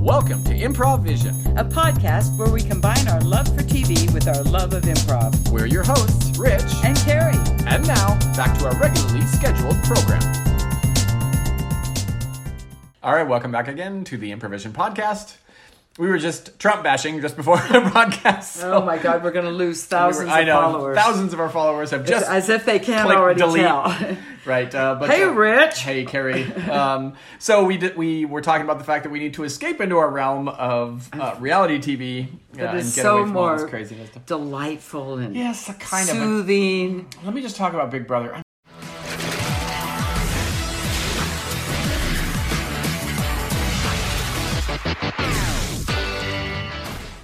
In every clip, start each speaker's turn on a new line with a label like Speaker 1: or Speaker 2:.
Speaker 1: Welcome to Improv Vision.
Speaker 2: a podcast where we combine our love for TV with our love of improv.
Speaker 1: We're your hosts, Rich,
Speaker 2: And Carrie,
Speaker 1: and now back to our regularly scheduled program. All right, welcome back again to the Improvision podcast. We were just Trump bashing just before the podcast. so
Speaker 2: oh my God, we're going to lose
Speaker 1: we were-
Speaker 2: thousands
Speaker 1: I know
Speaker 2: of followers.
Speaker 1: thousands of our followers have just
Speaker 2: As if they can't
Speaker 1: clicked
Speaker 2: already
Speaker 1: delete.
Speaker 2: tell.
Speaker 1: right, uh, but
Speaker 2: Hey,
Speaker 1: uh,
Speaker 2: Rich.
Speaker 1: hey Carrie. Um, so we did, we were talking about the fact that we need to escape into our realm of uh, reality TV uh,
Speaker 2: That
Speaker 1: and
Speaker 2: is
Speaker 1: get
Speaker 2: so
Speaker 1: away from all this
Speaker 2: more-
Speaker 1: craziness. Stuff.
Speaker 2: Delightful and
Speaker 1: Yes, a kind of. a-
Speaker 2: soothing.
Speaker 1: Let me just talk about Big Brother. I'm-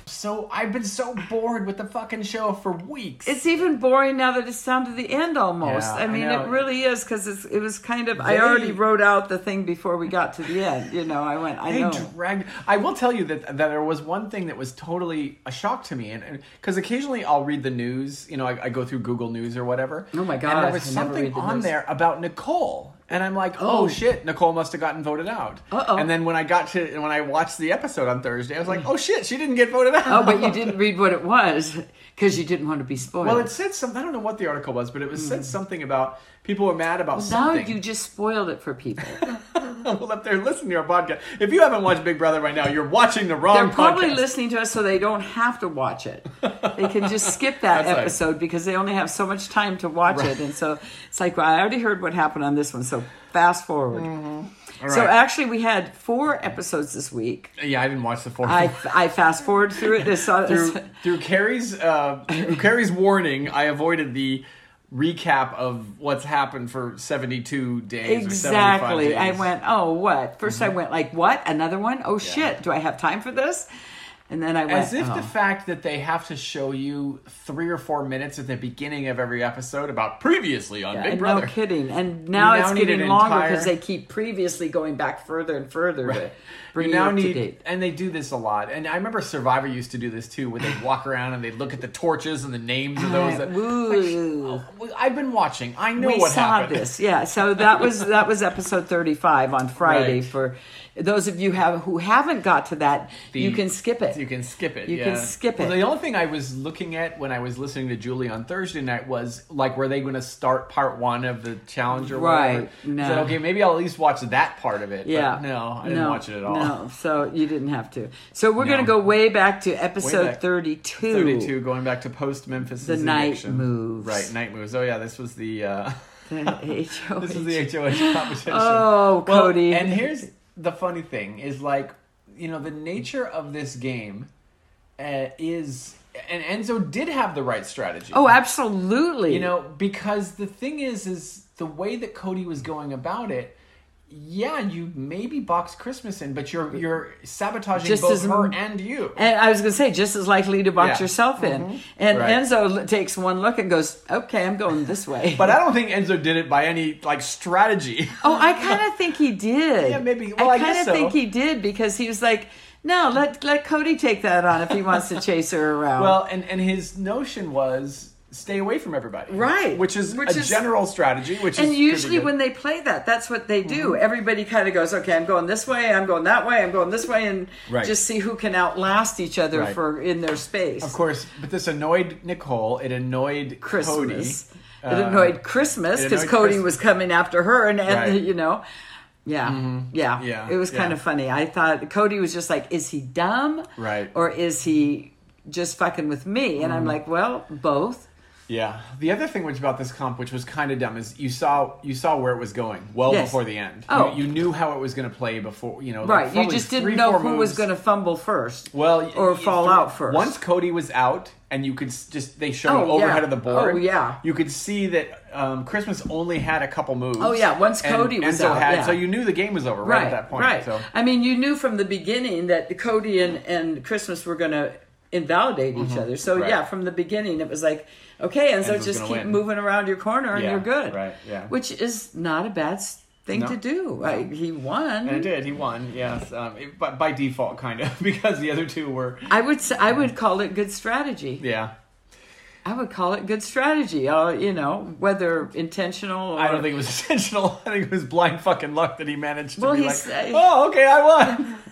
Speaker 1: So I've been so bored with the fucking show for weeks.
Speaker 2: It's even boring now that it's down to the end almost.
Speaker 1: Yeah, I
Speaker 2: I mean,
Speaker 1: know.
Speaker 2: it really is because it was kind of.
Speaker 1: They-
Speaker 2: I already wrote out the thing before we got to the end. You know, I went, I
Speaker 1: They
Speaker 2: know.
Speaker 1: dragged. I will tell you that that there was one thing that was totally a shock to me, and because occasionally I'll read the news, you know, I, I go through Google News or whatever.
Speaker 2: Oh my
Speaker 1: And
Speaker 2: God,
Speaker 1: there was
Speaker 2: I never
Speaker 1: something
Speaker 2: read the
Speaker 1: on
Speaker 2: news.
Speaker 1: there about Nicole, and I'm like, oh,
Speaker 2: Oh.
Speaker 1: shit, Nicole must have gotten voted out.
Speaker 2: Uh-oh. Mm.
Speaker 1: And then when I got to and when I watched the episode on Thursday, I was like, oh shit, she didn't get voted out.
Speaker 2: oh, but you didn't read what it was because you didn't want to be spoiled.
Speaker 1: Well, it said something. I don't know what the article was, but it was said something about people were mad about
Speaker 2: Mm. now
Speaker 1: something.
Speaker 2: you just spoiled it for people.
Speaker 1: well, if they're listening to our podcast, if you haven't watched Big Brother right now, you're watching the wrong.
Speaker 2: They're probably
Speaker 1: podcast.
Speaker 2: listening to us so they don't have to watch it. They can just skip that
Speaker 1: That's right.
Speaker 2: episode because they only have so much time to watch it. And so it's like, well, I already heard what happened on this one, so fast forward. So
Speaker 1: Mm-hmm. right.
Speaker 2: actually, we had four episodes this week.
Speaker 1: Yeah, I didn't watch the fourth.
Speaker 2: I,
Speaker 1: one.
Speaker 2: I fast forward through it. And saw,
Speaker 1: through, through Carrie's uh, through Carrie's warning, I avoided the recap of what's happened for seventy two days. Or 75
Speaker 2: Exactly.
Speaker 1: days. Mm-hmm.
Speaker 2: I went, oh, what? 1st I went, like, what? Another one? Oh, shit. Do I have time for this? And then I went,
Speaker 1: As if
Speaker 2: oh.
Speaker 1: the fact that they have to show you three or four minutes at the beginning of every episode about previously on Big
Speaker 2: and
Speaker 1: Brother.
Speaker 2: no kidding. And now,
Speaker 1: now
Speaker 2: it's
Speaker 1: need
Speaker 2: getting
Speaker 1: an
Speaker 2: longer
Speaker 1: entire-
Speaker 2: because they keep previously going back further and further to bring
Speaker 1: You
Speaker 2: you,
Speaker 1: now
Speaker 2: up to
Speaker 1: need,
Speaker 2: date.
Speaker 1: and they do this a lot. And I remember Survivor used to do this too, where they'd walk around and they'd look at the torches and the names of those.
Speaker 2: Uh,
Speaker 1: That,
Speaker 2: woo.
Speaker 1: Oh, I've been watching. I know
Speaker 2: we
Speaker 1: what
Speaker 2: saw
Speaker 1: happened.
Speaker 2: this, yeah. So that was that was episode thirty-five on Friday.
Speaker 1: Right.
Speaker 2: For those of you have who haven't got to that, you can skip it.
Speaker 1: You can skip it.
Speaker 2: You
Speaker 1: yeah.
Speaker 2: can skip
Speaker 1: Well,
Speaker 2: it.
Speaker 1: the only thing I was looking at when I was listening to Julie on Thursday night was like, were they going to start part one of the challenge or whatever?
Speaker 2: Right, no.
Speaker 1: I said, okay, maybe I'll at least watch that part of it. but
Speaker 2: yeah.
Speaker 1: no, I didn't watch it at all.
Speaker 2: No, so you didn't have to. So we're going
Speaker 1: No.
Speaker 2: to go way back to episode
Speaker 1: back.
Speaker 2: 32.
Speaker 1: 32, going back to post Memphis.
Speaker 2: The night moves.
Speaker 1: Right, night moves. Oh, yeah, this was the. Uh, This is the
Speaker 2: the
Speaker 1: HOH competition.
Speaker 2: Oh,
Speaker 1: Well,
Speaker 2: Cody.
Speaker 1: And here's the funny thing is like, you know, the nature of this game uh, is, and Enzo did have the right strategy.
Speaker 2: Oh, absolutely.
Speaker 1: You know, because the thing is, is the way that Cody was going about it. Yeah, you maybe box Christmas in, but you're you're sabotaging
Speaker 2: Just
Speaker 1: both
Speaker 2: as m-
Speaker 1: her and you.
Speaker 2: And I was going to say, just as likely to box
Speaker 1: Yeah. Mm-hmm.
Speaker 2: yourself in. And
Speaker 1: Right.
Speaker 2: Enzo l- takes one look and goes, "Okay, I'm going this way."
Speaker 1: But I don't think Enzo did it by any like strategy.
Speaker 2: oh, I kind of think he did.
Speaker 1: Yeah, maybe. Well, I
Speaker 2: kind
Speaker 1: guess so.
Speaker 2: of think he did because he was like, "No, let let Cody take that on if he wants to chase her around."
Speaker 1: Well, and and his notion was stay away from everybody,
Speaker 2: Right.
Speaker 1: Which is
Speaker 2: Which
Speaker 1: a
Speaker 2: is-
Speaker 1: general strategy. Which is
Speaker 2: and
Speaker 1: pretty
Speaker 2: usually
Speaker 1: good.
Speaker 2: when they play that, that's what they do.
Speaker 1: Mm-hmm.
Speaker 2: Everybody kind of goes, "Okay, I'm going this way. I'm going that way. I'm going this way," and
Speaker 1: Right.
Speaker 2: just see who can outlast each other
Speaker 1: Right.
Speaker 2: for in their space.
Speaker 1: of course, but this annoyed Nicole. It annoyed
Speaker 2: Christmas.
Speaker 1: Cody.
Speaker 2: it
Speaker 1: Uh,
Speaker 2: annoyed Christmas
Speaker 1: it
Speaker 2: because
Speaker 1: annoyed
Speaker 2: Cody
Speaker 1: Christ-
Speaker 2: was coming after her, and, and
Speaker 1: Right. Mm-hmm.
Speaker 2: you know, yeah, yeah,
Speaker 1: Yeah,
Speaker 2: It was kind
Speaker 1: yeah.
Speaker 2: of funny. I thought Cody was just like, is he dumb,
Speaker 1: Right. Mm-hmm.
Speaker 2: or is he just fucking with me? And I'm like, well, both.
Speaker 1: Yeah. The other thing which about this comp, which was kind of dumb, is you saw you saw where it was going well
Speaker 2: Yes.
Speaker 1: before the end.
Speaker 2: Oh.
Speaker 1: You, you knew how it was going to play before. You know, like
Speaker 2: Right, you
Speaker 1: probably
Speaker 2: just
Speaker 1: three,
Speaker 2: didn't know
Speaker 1: four
Speaker 2: who was
Speaker 1: moves.
Speaker 2: going to fumble first.
Speaker 1: Well,
Speaker 2: or
Speaker 1: you-
Speaker 2: fall
Speaker 1: through-
Speaker 2: out first.
Speaker 1: Once Cody was out, and you could s- just they showed
Speaker 2: Oh, yeah.
Speaker 1: overhead of the board.
Speaker 2: Oh, yeah.
Speaker 1: you could see that um, Christmas only had a couple moves.
Speaker 2: Oh, yeah, once
Speaker 1: and
Speaker 2: Cody was
Speaker 1: Enzo
Speaker 2: out,
Speaker 1: had,
Speaker 2: yeah.
Speaker 1: so you knew the game was over right, at that point.
Speaker 2: Right.
Speaker 1: So
Speaker 2: I mean, you knew from the beginning that Cody and, and Christmas were going to invalidate each other. So,
Speaker 1: Mm-hmm. Right.
Speaker 2: yeah, from the beginning, it was like, okay, and so
Speaker 1: Enzo's
Speaker 2: just
Speaker 1: gonna
Speaker 2: keep
Speaker 1: win.
Speaker 2: moving around your corner and
Speaker 1: Yeah,
Speaker 2: you're good.
Speaker 1: right, yeah.
Speaker 2: Which is not a bad s- thing
Speaker 1: No.
Speaker 2: to do. Like, he won.
Speaker 1: and it did. He won. Yes, um, it, but by default, kind of because the other two were.
Speaker 2: I would s- I would call it good strategy.
Speaker 1: Yeah,
Speaker 2: I would call it good strategy. Uh, you know, whether intentional or
Speaker 1: I don't think it was intentional. I think it was blind fucking luck that he managed to
Speaker 2: Well,
Speaker 1: be
Speaker 2: he's,
Speaker 1: like,
Speaker 2: uh,
Speaker 1: oh, okay, I won.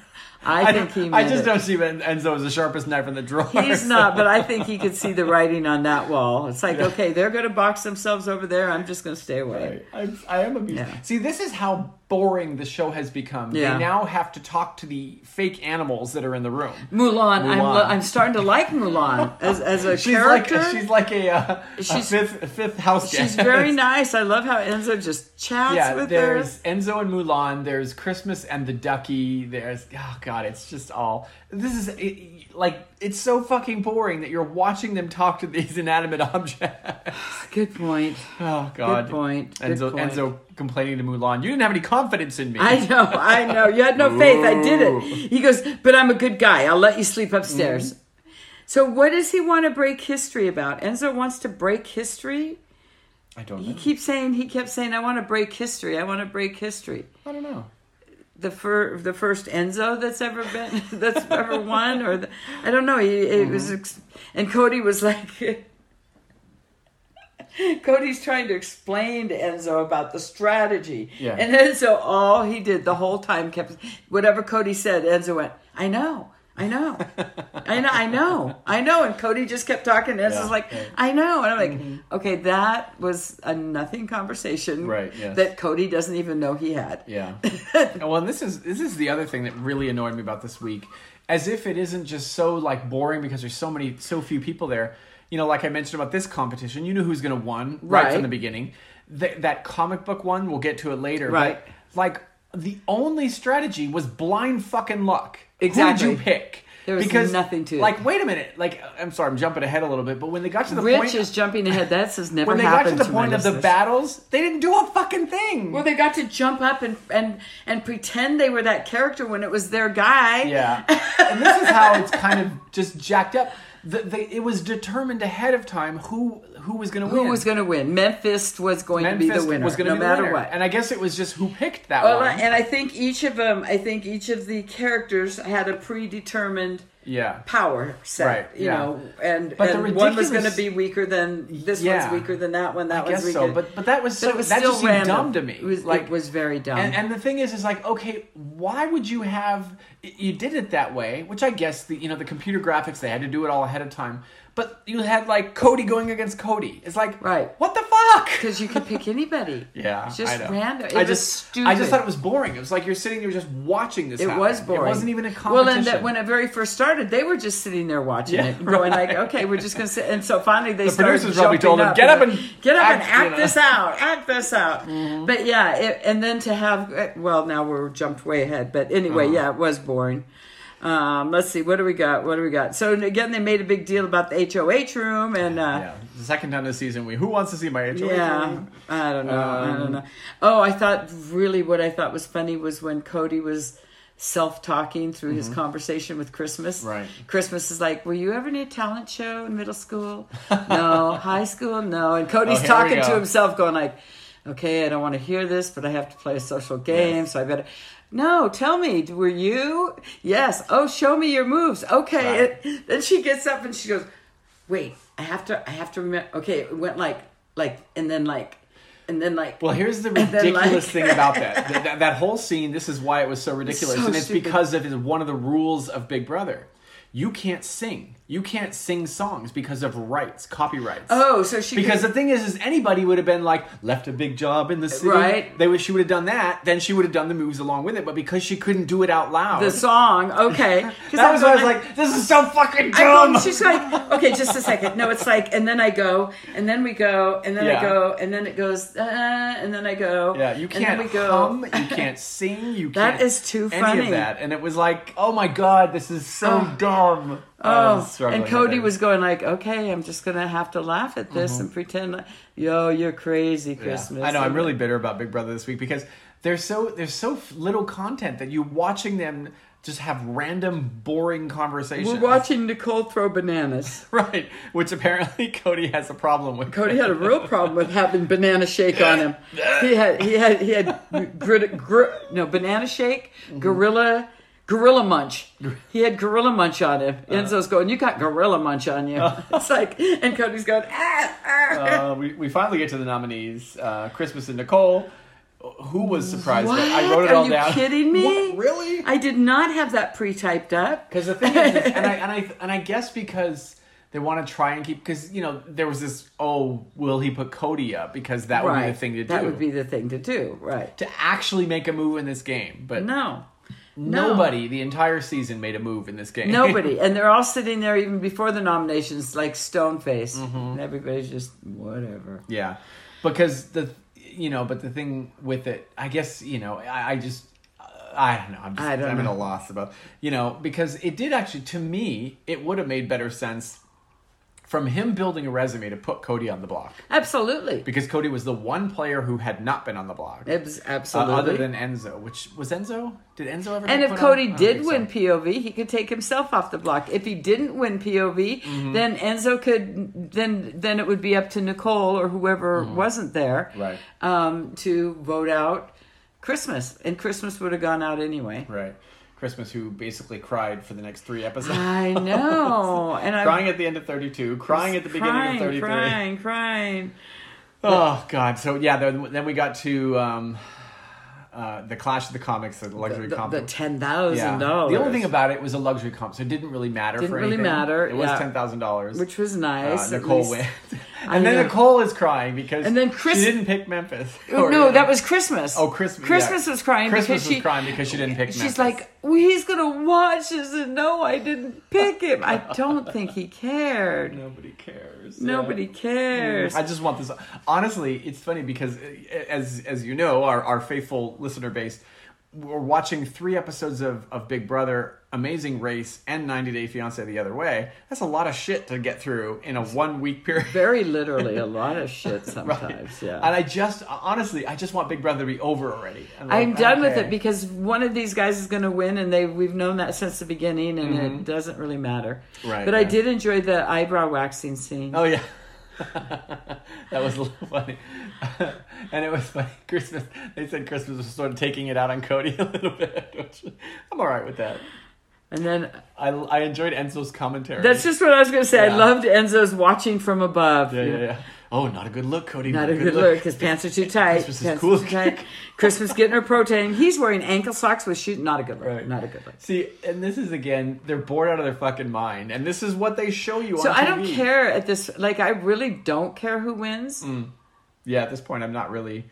Speaker 2: I think he.
Speaker 1: don't-
Speaker 2: Meant
Speaker 1: I just
Speaker 2: it.
Speaker 1: don't see En- Enzo as the sharpest knife in the drawer.
Speaker 2: He's
Speaker 1: so-
Speaker 2: not, but I think he could see the writing on that wall. It's like, okay, they're going to box themselves over there. I'm just going to stay away.
Speaker 1: Right. I'm, I am abused.
Speaker 2: Yeah.
Speaker 1: See, this is how boring the show has become.
Speaker 2: Yeah.
Speaker 1: They now have to talk to the fake animals that are in the room.
Speaker 2: Mulan, I'm,
Speaker 1: Mulan.
Speaker 2: I'm starting to like Mulan as, as a
Speaker 1: She's
Speaker 2: character.
Speaker 1: like she's like a, uh, a
Speaker 2: She's-
Speaker 1: fifth a fifth house
Speaker 2: She's
Speaker 1: guest.
Speaker 2: very nice. I love how Enzo just chats
Speaker 1: yeah.
Speaker 2: with her.
Speaker 1: There's Enzo and Mulan. There's Christmas and the Ducky. There's oh god, it's just all this is it- it, like it's so fucking boring that you're watching them talk to these inanimate objects.
Speaker 2: Good point.
Speaker 1: Oh god,
Speaker 2: point, good
Speaker 1: Enzo
Speaker 2: point.
Speaker 1: Enzo complaining to Mulan. You didn't have any confidence in me.
Speaker 2: I know, I know. You had no faith. I did it. He goes, but I'm a good guy. I'll let you sleep upstairs.
Speaker 1: Mm-hmm.
Speaker 2: So, what does he want to break history about? Enzo wants to break history.
Speaker 1: I don't
Speaker 2: He
Speaker 1: know.
Speaker 2: keeps saying, he kept saying, I want to break history. I want to break history.
Speaker 1: I don't know.
Speaker 2: the fir- the first Enzo that's ever been that's ever won or the, I don't know. He, it
Speaker 1: Mm-hmm.
Speaker 2: was ex- and Cody was like Cody's trying to explain to Enzo about the strategy.
Speaker 1: Yeah.
Speaker 2: And Enzo all he did the whole time kept whatever Cody said Enzo went, "I know. I know. I know. I know. I know." And Cody just kept talking. Enzo's
Speaker 1: Yeah, Mm-hmm.
Speaker 2: like,
Speaker 1: right.
Speaker 2: "I know." And I'm like, "Okay, that was a nothing conversation
Speaker 1: Right, yes.
Speaker 2: that Cody doesn't even know he had."
Speaker 1: Yeah. well, and this is this is the other thing that really annoyed me about this week, as if it isn't just so like boring because there's so many so few people there. You know, like I mentioned about this competition, you knew who's going to win right.
Speaker 2: Right.
Speaker 1: from the beginning. Th- that comic book one, we'll get to it later.
Speaker 2: Right.
Speaker 1: But, like the only strategy was blind fucking luck.
Speaker 2: Exactly.
Speaker 1: Who'd you pick?
Speaker 2: There was nothing to it.
Speaker 1: Like, wait a minute. Like, I'm sorry, I'm jumping ahead a little bit, but when they got to the
Speaker 2: Rich
Speaker 1: point,
Speaker 2: is jumping ahead. That's has never
Speaker 1: when they got
Speaker 2: happened
Speaker 1: to the
Speaker 2: my
Speaker 1: point of the
Speaker 2: listeners.
Speaker 1: battles, they didn't do a fucking thing.
Speaker 2: Well, they got to jump up and and and pretend they were that character when it was their guy.
Speaker 1: Yeah. and this is how it's kind of just jacked up. The, the, it was determined ahead of time who who was going to
Speaker 2: Who
Speaker 1: win.
Speaker 2: was going to win? Memphis was going to be
Speaker 1: Memphis
Speaker 2: the winner,
Speaker 1: was gonna
Speaker 2: no
Speaker 1: be the
Speaker 2: matter
Speaker 1: winner.
Speaker 2: what.
Speaker 1: And I guess it was just who picked that
Speaker 2: Well,
Speaker 1: one.
Speaker 2: and I think each of them, I think each of the characters had a predetermined
Speaker 1: yeah.
Speaker 2: power set,
Speaker 1: Right,
Speaker 2: you
Speaker 1: yeah.
Speaker 2: know, and,
Speaker 1: But the
Speaker 2: and one was going
Speaker 1: ridiculous-
Speaker 2: to be weaker than this
Speaker 1: Yeah.
Speaker 2: one's weaker than that one, that
Speaker 1: I
Speaker 2: one's
Speaker 1: guess
Speaker 2: weaker.
Speaker 1: so, but but that was so
Speaker 2: it was
Speaker 1: that
Speaker 2: still
Speaker 1: just seemed
Speaker 2: random.
Speaker 1: dumb to me.
Speaker 2: It was,
Speaker 1: like
Speaker 2: it was very dumb.
Speaker 1: and, and the thing is, is like, okay, why would you have you did it that way? Which I guess the you know the computer graphics they had to do it all ahead of time. But you had like Cody going against Cody. It's like,
Speaker 2: Right.
Speaker 1: What the fuck?
Speaker 2: because you could pick anybody.
Speaker 1: Yeah,
Speaker 2: It's just
Speaker 1: I know.
Speaker 2: random. It
Speaker 1: I
Speaker 2: was
Speaker 1: just,
Speaker 2: stupid.
Speaker 1: I just thought it was boring. It was like you're sitting there just watching this.
Speaker 2: It
Speaker 1: happen.
Speaker 2: was boring.
Speaker 1: It wasn't even a competition.
Speaker 2: Well, and that when it very first started, they were just sitting there watching
Speaker 1: Yeah,
Speaker 2: it, going
Speaker 1: right.
Speaker 2: like, "Okay, we're just going to sit." And so finally, they
Speaker 1: The
Speaker 2: started
Speaker 1: producers probably
Speaker 2: jumping
Speaker 1: told them,
Speaker 2: up
Speaker 1: "Get up and
Speaker 2: get up and
Speaker 1: act,
Speaker 2: act
Speaker 1: you know." Mm-hmm.
Speaker 2: this out, act this out." But yeah, it, and then to have well, now we're jumped way ahead. But anyway,
Speaker 1: Uh-huh.
Speaker 2: yeah, it was boring. Um, let's see, what do we got? What do we got? So again, they made a big deal about the HOH room and. Uh,
Speaker 1: yeah, the second time this season, we who wants to see my HOH?
Speaker 2: yeah, I don't know. I
Speaker 1: Um,
Speaker 2: don't know. Oh, I thought really what I thought was funny was when Cody was self talking through his conversation with Christmas.
Speaker 1: Mm-hmm. Right.
Speaker 2: Christmas is like, Were you ever in a talent show in middle school? no. High school? No. And Cody's
Speaker 1: Oh, here we
Speaker 2: talking to
Speaker 1: go.
Speaker 2: himself, going like, Okay, I don't want to hear this, but I have to play a social game, so I better no, tell me, were you? Yes. Oh, show me your moves. Okay.
Speaker 1: Right.
Speaker 2: And then she gets up and she goes, wait i have to i have to remember okay it went like like and then like and then like
Speaker 1: Well, here's the
Speaker 2: then,
Speaker 1: ridiculous
Speaker 2: like-
Speaker 1: thing about that. Th- that. That whole scene, this is why it was so ridiculous.
Speaker 2: so
Speaker 1: and it's
Speaker 2: stupid.
Speaker 1: because of his- one of the rules of Big Brother. You can't sing. You can't sing songs because of rights, copyrights.
Speaker 2: oh so she
Speaker 1: Because the thing is, is anybody would have been like left a big job in the city.
Speaker 2: Right.
Speaker 1: They would. She would have done that. Then she would have done the moves along with it. But because she couldn't do it out loud,
Speaker 2: the song okay 'Cause
Speaker 1: that was why I was
Speaker 2: going,
Speaker 1: like, this is so fucking
Speaker 2: I
Speaker 1: dumb.
Speaker 2: go- she's like okay just a second no it's like and then i go and then we go and then i
Speaker 1: Yeah.
Speaker 2: go and then it goes uh, and then i go
Speaker 1: yeah, you
Speaker 2: and
Speaker 1: can't
Speaker 2: then we go
Speaker 1: hum, you can't sing, you
Speaker 2: That
Speaker 1: can't
Speaker 2: is too
Speaker 1: any
Speaker 2: funny.
Speaker 1: of that. And it was like, oh my god, this is so dumb. I was
Speaker 2: Oh,
Speaker 1: struggling
Speaker 2: and
Speaker 1: with
Speaker 2: Cody
Speaker 1: it.
Speaker 2: was going like, "Okay, I'm just gonna have to laugh at this and pretend, like, yo, you're crazy,
Speaker 1: Mm-hmm. Yeah.
Speaker 2: Christmas."
Speaker 1: I know. I'm
Speaker 2: And-
Speaker 1: really bitter about Big Brother this week because there's so there's so f- little content that you're watching them just have random boring conversations.
Speaker 2: We're watching Nicole throw bananas.
Speaker 1: right? Which apparently Cody has a problem with.
Speaker 2: Cody had a real problem with having banana shake on him. He had he had he had grit, grit, no banana shake,
Speaker 1: Mm-hmm.
Speaker 2: gorilla gorilla munch. He had gorilla munch on him.
Speaker 1: Uh-huh.
Speaker 2: Enzo's going, "You got gorilla munch on you." It's like, and Cody's going, "Ah, ah."
Speaker 1: Uh, we, we finally get to the nominees uh, Christmas uh, and Nicole. who was surprised.
Speaker 2: What?
Speaker 1: But I wrote it
Speaker 2: Are
Speaker 1: all
Speaker 2: you
Speaker 1: down.
Speaker 2: kidding me?
Speaker 1: What? Really?
Speaker 2: I did not have that pre-typed up.
Speaker 1: Because the thing is, is- and I and I and I guess because they want to try and keep because you know there was this oh will he put Cody up because that would be the thing to
Speaker 2: that
Speaker 1: do
Speaker 2: would be the thing to do. Right.
Speaker 1: to actually make a move in this game, but
Speaker 2: No. No.
Speaker 1: nobody the entire season made a move in this game.
Speaker 2: Nobody. And they're all sitting there even before the nominations, like stone face.
Speaker 1: Mm-hmm.
Speaker 2: And everybody's just, whatever.
Speaker 1: yeah, because the you know but the thing with it, I guess you know I, I just. I don't know. I'm, just,
Speaker 2: I don't
Speaker 1: I'm at a
Speaker 2: know.
Speaker 1: loss about you know because it did actually to me it would have made better sense from him building a resume to put Cody on the block.
Speaker 2: Absolutely.
Speaker 1: because Cody was the one player who had not been on the block,
Speaker 2: Abs-
Speaker 1: uh,
Speaker 2: absolutely.
Speaker 1: other than Enzo. Which was Enzo? Did Enzo ever? get
Speaker 2: and if
Speaker 1: put
Speaker 2: Cody
Speaker 1: on? Oh, I don't
Speaker 2: did
Speaker 1: think so.
Speaker 2: win POV, he could take himself off the block. If he didn't win POV,
Speaker 1: Mm-hmm.
Speaker 2: then Enzo could then then it would be up to Nicole or whoever wasn't there,
Speaker 1: Mm-hmm. Right.
Speaker 2: Um, to vote out Christmas, and Christmas would have gone out anyway.
Speaker 1: right, Christmas, who basically cried for the next three episodes,
Speaker 2: I know, and I'm
Speaker 1: crying at the end of thirty-two, crying at the beginning
Speaker 2: crying,
Speaker 1: of thirty-three.
Speaker 2: crying, crying.
Speaker 1: Oh God! So yeah, then, then we got to um, uh, the Clash of the Comics, the luxury
Speaker 2: The,
Speaker 1: comp.
Speaker 2: the ten thousand
Speaker 1: yeah.
Speaker 2: dollars.
Speaker 1: The only thing about it was a luxury comp, so it didn't really matter.
Speaker 2: Didn't
Speaker 1: for
Speaker 2: really
Speaker 1: anything.
Speaker 2: matter,
Speaker 1: It was
Speaker 2: yeah.
Speaker 1: ten thousand dollars,
Speaker 2: which was
Speaker 1: Uh,
Speaker 2: nice. at
Speaker 1: Nicole
Speaker 2: least.
Speaker 1: went,
Speaker 2: I
Speaker 1: and then
Speaker 2: know.
Speaker 1: Nicole is crying because
Speaker 2: And then Chris-
Speaker 1: she didn't pick Memphis.
Speaker 2: Oh,
Speaker 1: Or,
Speaker 2: no,
Speaker 1: uh,
Speaker 2: that was Christmas.
Speaker 1: Oh, Christmas!
Speaker 2: Christmas
Speaker 1: yeah.
Speaker 2: was crying
Speaker 1: Christmas
Speaker 2: because
Speaker 1: was
Speaker 2: she
Speaker 1: crying because she didn't pick.
Speaker 2: She's
Speaker 1: Memphis.
Speaker 2: like, well, he's gonna watch this and know I didn't pick him. I don't think he cared.
Speaker 1: nobody cares.
Speaker 2: Nobody cares.
Speaker 1: I just want this. Honestly, it's funny because uh, as as you know, our our faithful listener base, we're watching three episodes of of Big Brother, Amazing Race, and 90 Day Fiance the other way. That's a lot of shit to get through in a one week period.
Speaker 2: Very literally, a lot of shit sometimes. Yeah.
Speaker 1: And I just honestly, I just want Big Brother to be over already.
Speaker 2: I'm
Speaker 1: like,
Speaker 2: done with
Speaker 1: okay.
Speaker 2: it because one of these guys is going to win, and they we've known that since the beginning, and it doesn't really matter.
Speaker 1: Mm-hmm. Right,
Speaker 2: But I
Speaker 1: yeah.
Speaker 2: did enjoy the eyebrow waxing scene.
Speaker 1: Oh yeah. that was a little funny. and it was funny. Christmas they said Christmas was sort of taking it out on Cody a little bit. Which, I'm alright with that.
Speaker 2: And then
Speaker 1: I, I enjoyed Enzo's commentary.
Speaker 2: that's just what I was going to say.
Speaker 1: Yeah.
Speaker 2: I loved Enzo's watching from above.
Speaker 1: yeah, yeah, yeah. Oh, not a good look, Cody.
Speaker 2: Not a good look. His pants are too tight.
Speaker 1: Christmas is
Speaker 2: pants
Speaker 1: cool.
Speaker 2: are too tight. Christmas getting her protein. He's wearing ankle socks with shoes. Not a good look.
Speaker 1: Right.
Speaker 2: Not a good look.
Speaker 1: See, and this is again, they're bored out of their fucking mind, and this is what they show you.
Speaker 2: So
Speaker 1: on
Speaker 2: I don't
Speaker 1: TV.
Speaker 2: care at this. Like I really don't care who wins.
Speaker 1: Mm-hmm. Yeah, at this point, I'm not really,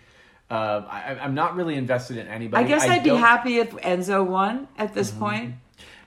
Speaker 1: uh, I, I'm not really invested in
Speaker 2: I
Speaker 1: anybody.
Speaker 2: guess I would be
Speaker 1: don't- Mm-hmm.
Speaker 2: happy if Enzo won at this point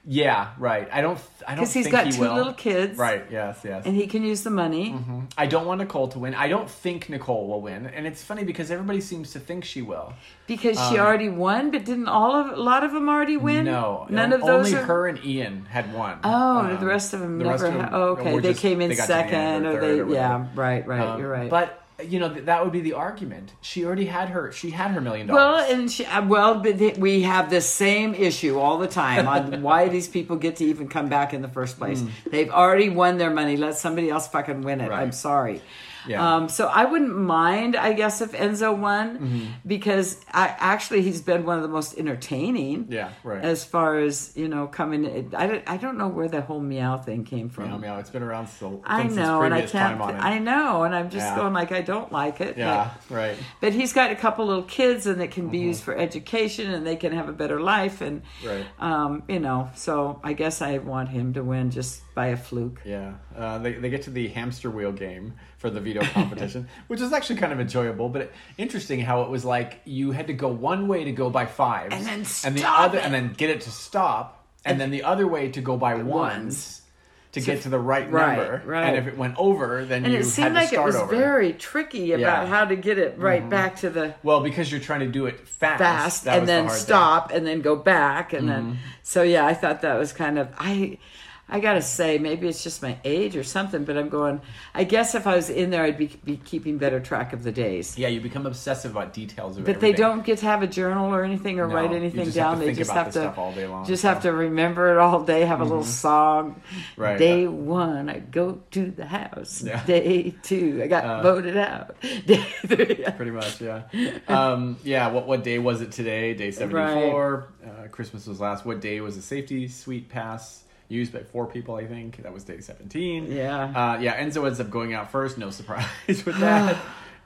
Speaker 1: Yeah, right. I don't. I don't
Speaker 2: because he's
Speaker 1: think
Speaker 2: got
Speaker 1: he
Speaker 2: two
Speaker 1: will.
Speaker 2: little kids,
Speaker 1: Right. Yes. Yes.
Speaker 2: And he can use the money.
Speaker 1: I don't want Nicole to win. I don't think Nicole will win, and it's funny because everybody seems to think she will.
Speaker 2: Because she already won, but didn't all of a lot of them already win?
Speaker 1: Um, No,
Speaker 2: none of
Speaker 1: only
Speaker 2: those. are-
Speaker 1: her and Ian had won.
Speaker 2: oh,
Speaker 1: Um,
Speaker 2: the rest of them
Speaker 1: the
Speaker 2: never.
Speaker 1: rest of them
Speaker 2: ha- oh, okay,
Speaker 1: were
Speaker 2: they
Speaker 1: just-
Speaker 2: came in
Speaker 1: got to the end
Speaker 2: second, or,
Speaker 1: third
Speaker 2: they.
Speaker 1: whatever.
Speaker 2: yeah, right, right.
Speaker 1: Um,
Speaker 2: you're right.
Speaker 1: But you know th- that would be the argument. She already had her. She had her million dollars.
Speaker 2: well, and she, uh, well, but th- we have this same issue all the time on why these people get to even come back in the first place.
Speaker 1: Mm.
Speaker 2: They've already won their money. Let somebody else fucking win it. I'm
Speaker 1: Right.
Speaker 2: sorry.
Speaker 1: Yeah.
Speaker 2: Um, so I wouldn't mind, I guess, if Enzo won
Speaker 1: Mm-hmm.
Speaker 2: because I actually he's been one of the most entertaining.
Speaker 1: yeah, right.
Speaker 2: as far as you know coming i don't, I don't know where the whole meow thing came from
Speaker 1: meow, meow. It's been around so,
Speaker 2: i
Speaker 1: since
Speaker 2: know
Speaker 1: his
Speaker 2: and i
Speaker 1: previous
Speaker 2: can't
Speaker 1: time on it.
Speaker 2: i know and i'm just
Speaker 1: Yeah.
Speaker 2: going like i don't like it
Speaker 1: yeah,
Speaker 2: but,
Speaker 1: right.
Speaker 2: but he's got a couple little kids and that can be used for education and they can have a better life and
Speaker 1: Mm-hmm. Right.
Speaker 2: um, you know so i guess i want him to win just by a fluke
Speaker 1: Yeah, uh, they they get to the hamster wheel game for the veto competition, which is actually kind of enjoyable, but interesting how it was like you had to go one way to go by fives,
Speaker 2: And then
Speaker 1: the
Speaker 2: stop
Speaker 1: other,
Speaker 2: it.
Speaker 1: and then get it to stop, and then the other way to go by ones. To get to the right,
Speaker 2: Right,
Speaker 1: number,
Speaker 2: right.
Speaker 1: and if it went over, then
Speaker 2: and
Speaker 1: you
Speaker 2: it seemed
Speaker 1: had
Speaker 2: like
Speaker 1: to
Speaker 2: it
Speaker 1: start
Speaker 2: was
Speaker 1: over.
Speaker 2: very tricky about
Speaker 1: Yeah.
Speaker 2: how to get it right back to the
Speaker 1: well because you're trying to do it fast,
Speaker 2: fast
Speaker 1: that
Speaker 2: and
Speaker 1: was the
Speaker 2: then
Speaker 1: hard thing. Mm-hmm.
Speaker 2: stop and then go back and then so yeah i thought that was kind of i i gotta say maybe it's just my age or something but i'm going i guess if i was in there i'd be, be keeping better track of the days
Speaker 1: Yeah, you become obsessive about details of
Speaker 2: but
Speaker 1: everything.
Speaker 2: they don't get to have a journal or anything or
Speaker 1: No,
Speaker 2: write
Speaker 1: you
Speaker 2: anything
Speaker 1: just have
Speaker 2: down
Speaker 1: to
Speaker 2: they
Speaker 1: think
Speaker 2: just
Speaker 1: about
Speaker 2: have
Speaker 1: this
Speaker 2: to
Speaker 1: stuff all day long,
Speaker 2: just
Speaker 1: so. Mm-hmm.
Speaker 2: have to remember it all day have a little song
Speaker 1: Right.
Speaker 2: day one i go to the house
Speaker 1: Yeah. Uh.
Speaker 2: day two i got voted out day three
Speaker 1: Pretty much, yeah. Um, yeah, what what day was it today? Day 74. Uh, Christmas was last. What day was the safety suite pass used by four people, I think? That was day 17.
Speaker 2: Yeah.
Speaker 1: Uh, yeah, Enzo ends up going out first. No surprise with that.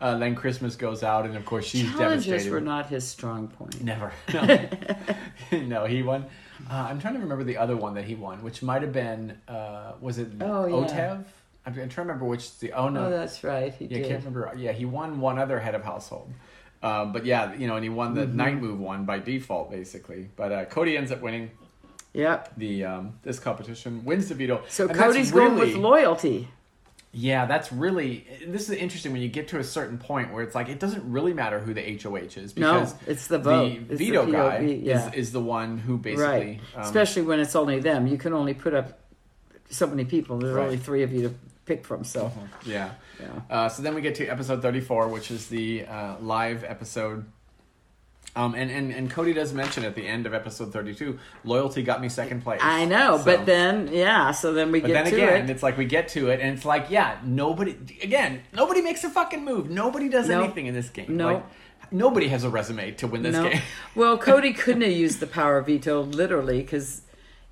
Speaker 1: Uh, then Christmas goes out, and of course she's
Speaker 2: Challenges
Speaker 1: devastated.
Speaker 2: were not his strong point.
Speaker 1: Never. No, no he won. Uh, I'm trying to remember the other one that he won, which might have been, uh, was it
Speaker 2: Oh, yeah.
Speaker 1: OTEV? I'm, I'm trying to remember which the, oh no.
Speaker 2: Oh, that's right. He
Speaker 1: yeah, I
Speaker 2: did.
Speaker 1: can't remember. Yeah, he won one other head of household. Uh, but yeah, you know, and he won
Speaker 2: Mm-hmm.
Speaker 1: the night move one by default, basically. But uh, Cody ends up winning
Speaker 2: Yep.
Speaker 1: the um, this competition, wins the veto.
Speaker 2: So
Speaker 1: And that's
Speaker 2: Cody's going with loyalty.
Speaker 1: yeah, that's really. This is interesting when you get to a certain point where it's like it doesn't really matter who the HOH is
Speaker 2: No,
Speaker 1: because
Speaker 2: it's the vote. It's the
Speaker 1: veto guy
Speaker 2: POV, yeah.
Speaker 1: is, is the one who basically.
Speaker 2: Right.
Speaker 1: um,
Speaker 2: Especially when it's only them. You can only put up so many people. There's
Speaker 1: Right. Mm-hmm.
Speaker 2: only three of you to pick from. So
Speaker 1: yeah.
Speaker 2: Yeah.
Speaker 1: Uh, so then we get to episode 34, which is the uh, live episode. Um, and, and, and Cody does mention at the end of episode 32, loyalty got me second place.
Speaker 2: I know,
Speaker 1: So-
Speaker 2: but then yeah. So then we
Speaker 1: But
Speaker 2: get
Speaker 1: then
Speaker 2: to
Speaker 1: again,
Speaker 2: it.
Speaker 1: it's like we get to it, and it's like, yeah, nobody, again, nobody makes a fucking move. Nobody does
Speaker 2: No.
Speaker 1: anything in this game.
Speaker 2: No.
Speaker 1: Like, nobody has a resume to win this
Speaker 2: No.
Speaker 1: game.
Speaker 2: well, Cody couldn't have used the power of veto literally because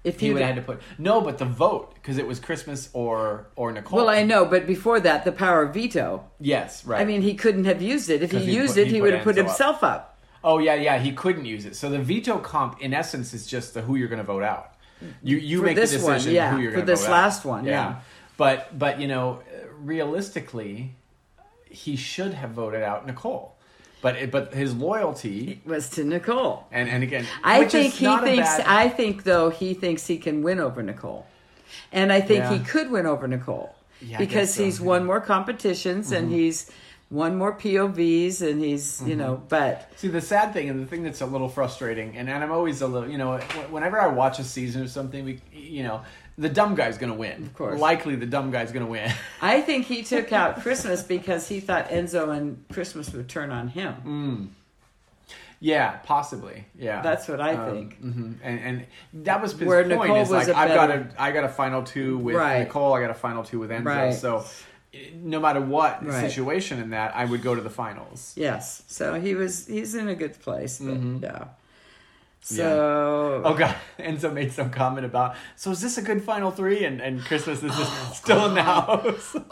Speaker 2: if
Speaker 1: he
Speaker 2: he
Speaker 1: would have had to put, no, but the vote, because it was Christmas or, or Nicole.
Speaker 2: well, I know, but before that, the power of veto.
Speaker 1: Yes, right.
Speaker 2: I mean, he couldn't have used it. If he
Speaker 1: 'Cause he
Speaker 2: used
Speaker 1: put-
Speaker 2: it,
Speaker 1: he
Speaker 2: he
Speaker 1: put
Speaker 2: would have put
Speaker 1: Enzo up.
Speaker 2: himself up.
Speaker 1: Oh yeah, yeah. He couldn't use it. So the veto comp, in essence, is just the who you're going to vote out. You you
Speaker 2: For
Speaker 1: make
Speaker 2: this
Speaker 1: the
Speaker 2: one,
Speaker 1: decision
Speaker 2: yeah.
Speaker 1: who you're
Speaker 2: For
Speaker 1: going to
Speaker 2: this
Speaker 1: vote
Speaker 2: last
Speaker 1: out.
Speaker 2: one, yeah.
Speaker 1: But but you know, realistically, he should have voted out Nicole. But it, but his loyalty
Speaker 2: Was to Nicole.
Speaker 1: and and again,
Speaker 2: I
Speaker 1: which is
Speaker 2: think he
Speaker 1: not a
Speaker 2: thinks.
Speaker 1: bad-
Speaker 2: I think though he thinks he can win over Nicole, and I think
Speaker 1: Yeah.
Speaker 2: he could win over Nicole
Speaker 1: Yeah, I
Speaker 2: because
Speaker 1: guess so, Mm-hmm.
Speaker 2: he's
Speaker 1: yeah.
Speaker 2: won more competitions and he's won more POVs and he's
Speaker 1: Mm-hmm.
Speaker 2: you know. But
Speaker 1: See, the sad thing and the thing that's a little frustrating, and, and I'm always a little, you know, wh- whenever I watch a season or something, we, you know, the dumb guy's going to win. Of
Speaker 2: course.
Speaker 1: likely the dumb guy's going to win.
Speaker 2: I think he took out Christmas because he thought Enzo and Christmas would turn on him.
Speaker 1: Mm. Yeah, possibly. Yeah,
Speaker 2: That's what I think.
Speaker 1: mhm. And and that was his
Speaker 2: Where
Speaker 1: point.
Speaker 2: Nicole
Speaker 1: is like
Speaker 2: was a
Speaker 1: I've got a
Speaker 2: better-
Speaker 1: I got a final two with
Speaker 2: Right.
Speaker 1: Nicole. I got a final two with Enzo.
Speaker 2: Right.
Speaker 1: So no matter what
Speaker 2: Right.
Speaker 1: situation in that, I would go to the finals.
Speaker 2: Yes, so he was. He's in a good place. But
Speaker 1: Mm-hmm.
Speaker 2: Yeah. So
Speaker 1: Oh God! Enzo made some comment about. So is this a good final three? And and Christmas is just still in the house. oh,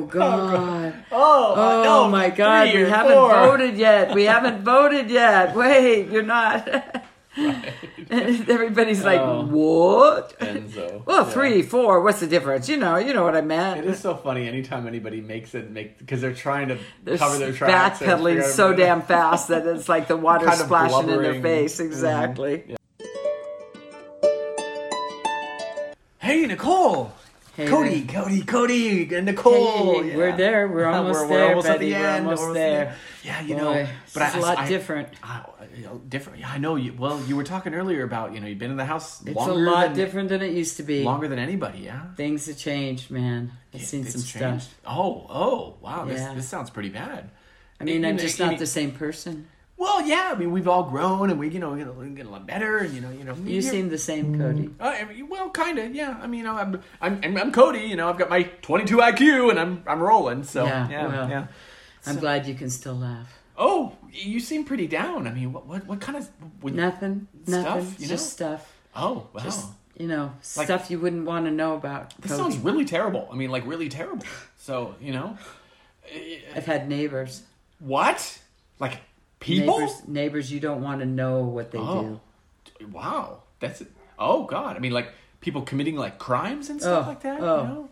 Speaker 2: God.
Speaker 1: uh,
Speaker 2: Oh
Speaker 1: no,
Speaker 2: my God!
Speaker 1: three
Speaker 2: We
Speaker 1: or
Speaker 2: haven't
Speaker 1: four.
Speaker 2: voted yet. We haven't voted yet. Wait, you're not. And Everybody's like,
Speaker 1: Oh.
Speaker 2: what?
Speaker 1: Enzo.
Speaker 2: Well,
Speaker 1: Yeah.
Speaker 2: three, four. What's the difference? You know, you know what I
Speaker 1: It
Speaker 2: meant.
Speaker 1: is so funny anytime anybody makes it make because they're trying to
Speaker 2: They're
Speaker 1: cover their tracks. and
Speaker 2: backpedaling
Speaker 1: figure out-
Speaker 2: so damn fast that it's like the water
Speaker 1: Kind of
Speaker 2: splashing in
Speaker 1: blubbering. Mm-hmm.
Speaker 2: their face. Exactly.
Speaker 1: Hey Nicole,
Speaker 2: Hey,
Speaker 1: Cody, Cody, Cody, and Nicole.
Speaker 2: Hey, we're there. We're almost
Speaker 1: we're,
Speaker 2: there,
Speaker 1: almost at
Speaker 2: buddy.
Speaker 1: the
Speaker 2: We're
Speaker 1: end.
Speaker 2: almost
Speaker 1: We're
Speaker 2: there.
Speaker 1: Yeah, you
Speaker 2: Boy,
Speaker 1: know,
Speaker 2: this
Speaker 1: but
Speaker 2: is
Speaker 1: I-
Speaker 2: a lot
Speaker 1: I-
Speaker 2: different.
Speaker 1: I, you know, different. Yeah, I know. You well. You were talking earlier about you know you've been in the house
Speaker 2: It's
Speaker 1: longer
Speaker 2: a lot
Speaker 1: than
Speaker 2: different than it used to be.
Speaker 1: longer than anybody. Yeah,
Speaker 2: Things have changed, man. I've seen
Speaker 1: It's
Speaker 2: some
Speaker 1: changed.
Speaker 2: stuff.
Speaker 1: Oh, oh, wow.
Speaker 2: Yeah.
Speaker 1: This this sounds pretty bad.
Speaker 2: I mean, I'm just not
Speaker 1: mean-
Speaker 2: the same person.
Speaker 1: Well, yeah. I mean, we've all grown, and we you know you know we get a lot better, and you know you know
Speaker 2: You seem the same, Cody.
Speaker 1: Uh, I mean, well, kind of, yeah. I mean, I'm, I'm, I'm, I'm Cody. You know, I've got my 22 IQ, and I'm, I'm rolling. So, yeah,
Speaker 2: Yeah,
Speaker 1: yeah,
Speaker 2: well. I'm glad you can still laugh.
Speaker 1: Oh, you seem pretty down. I mean, what, what, what kind of? Would,
Speaker 2: Nothing.
Speaker 1: Stuff,
Speaker 2: Nothing.
Speaker 1: you
Speaker 2: just stuff.
Speaker 1: oh, wow.
Speaker 2: Just, you know, stuff you wouldn't want to know about.
Speaker 1: this
Speaker 2: Cody.
Speaker 1: sounds really terrible. I mean, like really terrible. So, you know,
Speaker 2: I've had neighbors.
Speaker 1: what? Like people?
Speaker 2: Neighbors, neighbors you don't want to know what they
Speaker 1: oh,
Speaker 2: do.
Speaker 1: wow. That's oh god. I mean, like people committing like crimes and stuff
Speaker 2: Oh,
Speaker 1: like that.
Speaker 2: oh.
Speaker 1: You know?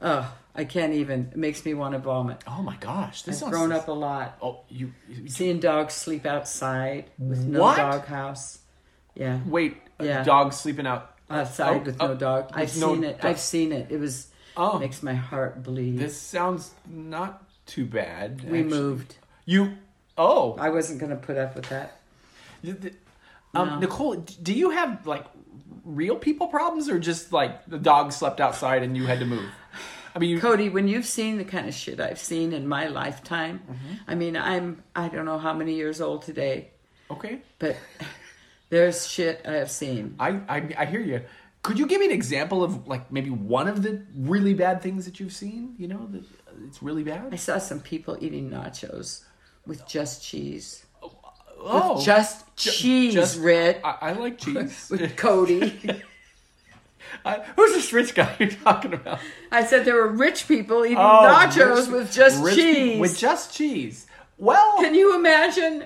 Speaker 2: Oh, I can't even. It makes me want to vomit.
Speaker 1: Oh my gosh. This
Speaker 2: I've
Speaker 1: sounds
Speaker 2: grown up a lot.
Speaker 1: Oh, you, you
Speaker 2: Seeing dogs sleep outside with no
Speaker 1: What?
Speaker 2: dog house. Yeah.
Speaker 1: wait.
Speaker 2: Yeah.
Speaker 1: A dog sleeping out.
Speaker 2: outside
Speaker 1: Oh,
Speaker 2: with
Speaker 1: oh,
Speaker 2: no dog. I've
Speaker 1: no
Speaker 2: seen it.
Speaker 1: dog.
Speaker 2: I've seen it. It was
Speaker 1: Oh.
Speaker 2: makes my heart bleed.
Speaker 1: This sounds not too bad.
Speaker 2: we
Speaker 1: actually.
Speaker 2: moved.
Speaker 1: You. Oh.
Speaker 2: I wasn't gonna put up with that.
Speaker 1: Th- th- Um, Nicole, d- do you have like real people problems, or just like the dog slept outside and you had to move? I mean, you.
Speaker 2: Cody, when you've seen the kind of shit I've seen in my lifetime,
Speaker 1: Mm-hmm.
Speaker 2: I mean, I'm I don't know how many years old today,
Speaker 1: Okay,
Speaker 2: but there's shit I have seen.
Speaker 1: I, I I hear you. Could you give me an example of like maybe one of the really bad things that you've seen? You know, that uh, it's really
Speaker 2: I
Speaker 1: bad.
Speaker 2: saw some people eating nachos with just cheese.
Speaker 1: Oh,
Speaker 2: Just
Speaker 1: ju-
Speaker 2: cheese,
Speaker 1: just-
Speaker 2: Rit.
Speaker 1: I, I like cheese.
Speaker 2: with Cody.
Speaker 1: I, who's this rich guy you're talking about?
Speaker 2: I said there were rich people eating
Speaker 1: Oh,
Speaker 2: nachos
Speaker 1: rich-
Speaker 2: with just
Speaker 1: rich people
Speaker 2: cheese.
Speaker 1: With just cheese. Well,
Speaker 2: Can you imagine?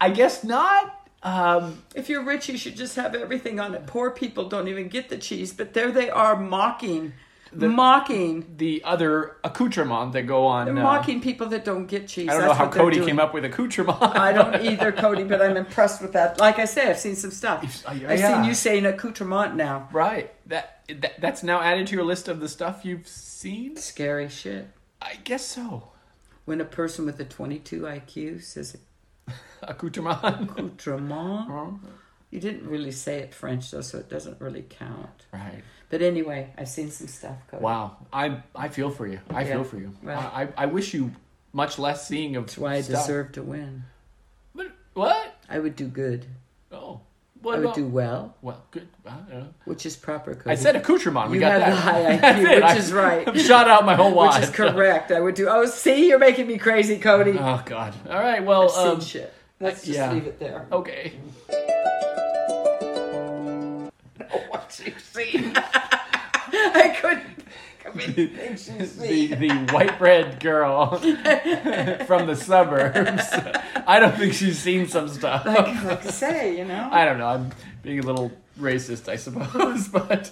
Speaker 1: I guess not. Um,
Speaker 2: If you're rich, you should just have everything on it. Poor people don't even get the cheese, but there they are mocking, mocking,
Speaker 1: the other accoutrement that go on. uh,
Speaker 2: mocking people that don't get cheese.
Speaker 1: I don't know how Cody came up with accoutrement.
Speaker 2: I don't either, Cody, but I'm impressed with that. Like I say, I've seen some stuff.
Speaker 1: Oh, yeah.
Speaker 2: I've seen you saying accoutrement now.
Speaker 1: Right. That, that that's now added to your list of the stuff you've seen.
Speaker 2: Scary shit.
Speaker 1: I guess so.
Speaker 2: When a person with a 22 IQ says
Speaker 1: Accoutrement.
Speaker 2: accoutrement, you didn't really say it French though, so it doesn't really count.
Speaker 1: right.
Speaker 2: But anyway, I've seen some stuff, Cody.
Speaker 1: Wow. I I feel for you. I
Speaker 2: Yeah.
Speaker 1: feel for you.
Speaker 2: Well.
Speaker 1: I, I I wish you much less seeing of
Speaker 2: That's why I
Speaker 1: stuff.
Speaker 2: deserve to win.
Speaker 1: But what?
Speaker 2: I would do good.
Speaker 1: Oh.
Speaker 2: I
Speaker 1: What
Speaker 2: would
Speaker 1: about,
Speaker 2: do well,
Speaker 1: well, good. I don't know.
Speaker 2: which is proper, Cody.
Speaker 1: I said accoutrement. We
Speaker 2: You
Speaker 1: got
Speaker 2: have
Speaker 1: that.
Speaker 2: the high
Speaker 1: That's
Speaker 2: IQ,
Speaker 1: it.
Speaker 2: which
Speaker 1: I-
Speaker 2: is right.
Speaker 1: I've shot out my whole wad.
Speaker 2: which is correct. I would do. Oh, see, you're making me crazy, Cody.
Speaker 1: Oh God. All right. Well.
Speaker 2: I've seen
Speaker 1: um,
Speaker 2: shit. Let's just
Speaker 1: yeah.
Speaker 2: leave it there.
Speaker 1: Okay.
Speaker 2: what you see. I couldn't. I mean, things you
Speaker 1: the
Speaker 2: see.
Speaker 1: the white bread girl from the suburbs. I don't think she's seen some stuff.
Speaker 2: Like, uh, like I say, you know.
Speaker 1: I don't know. I'm being a little racist, I suppose, but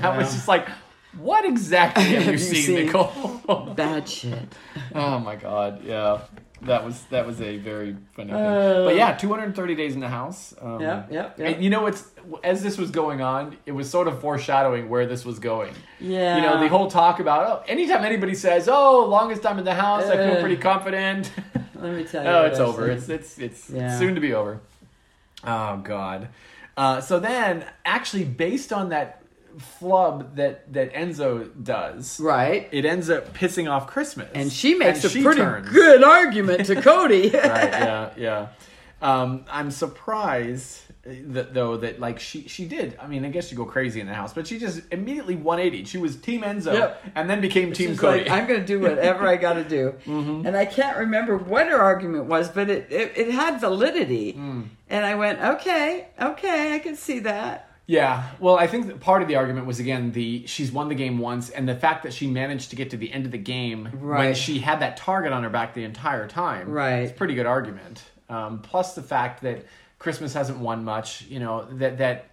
Speaker 1: that was just like, what exactly have you,
Speaker 2: Have you
Speaker 1: seen,
Speaker 2: seen-
Speaker 1: Nicole?
Speaker 2: Bad shit.
Speaker 1: oh my god, yeah. That was that was a very funny thing.
Speaker 2: Uh,
Speaker 1: but yeah, 230 days in the house. Um,
Speaker 2: Yep, yep, yep.
Speaker 1: And you know, it's as this was going on, it was sort of foreshadowing where this was going.
Speaker 2: Yeah.
Speaker 1: You know, the whole talk about, oh, anytime anybody says, oh, longest time in the house, I feel
Speaker 2: Uh.
Speaker 1: pretty confident.
Speaker 2: Let me tell you.
Speaker 1: oh,
Speaker 2: what
Speaker 1: it's
Speaker 2: I've
Speaker 1: over.
Speaker 2: seen.
Speaker 1: It's, it's, it's
Speaker 2: Yeah.
Speaker 1: soon to be over. Oh, God. Uh, so then, actually, based on that flub that, that Enzo does,
Speaker 2: right.
Speaker 1: it ends up pissing off Christmas.
Speaker 2: And she makes
Speaker 1: And
Speaker 2: a pretty
Speaker 1: turns.
Speaker 2: good argument to Cody.
Speaker 1: right, yeah, yeah. Um, I'm surprised uh, that though that like she she did. I mean, I guess she go crazy in the house, but she just immediately 180. She was Team Enzo,
Speaker 2: Yep.
Speaker 1: and then became Team
Speaker 2: She's
Speaker 1: Cody. Mm-hmm.
Speaker 2: like, I'm going to do whatever I got to do. And I can't remember what her argument was, but it, it, it had validity.
Speaker 1: Mm.
Speaker 2: And I went, okay, okay, I can see that.
Speaker 1: yeah. Well, I think that part of the argument was again the she's won the game once, and the fact that she managed to get to the end of the game when
Speaker 2: Right.
Speaker 1: she had that target on her back the entire time.
Speaker 2: Right.
Speaker 1: It's a pretty good argument. Um, plus the fact that Christmas hasn't won much. You know that that.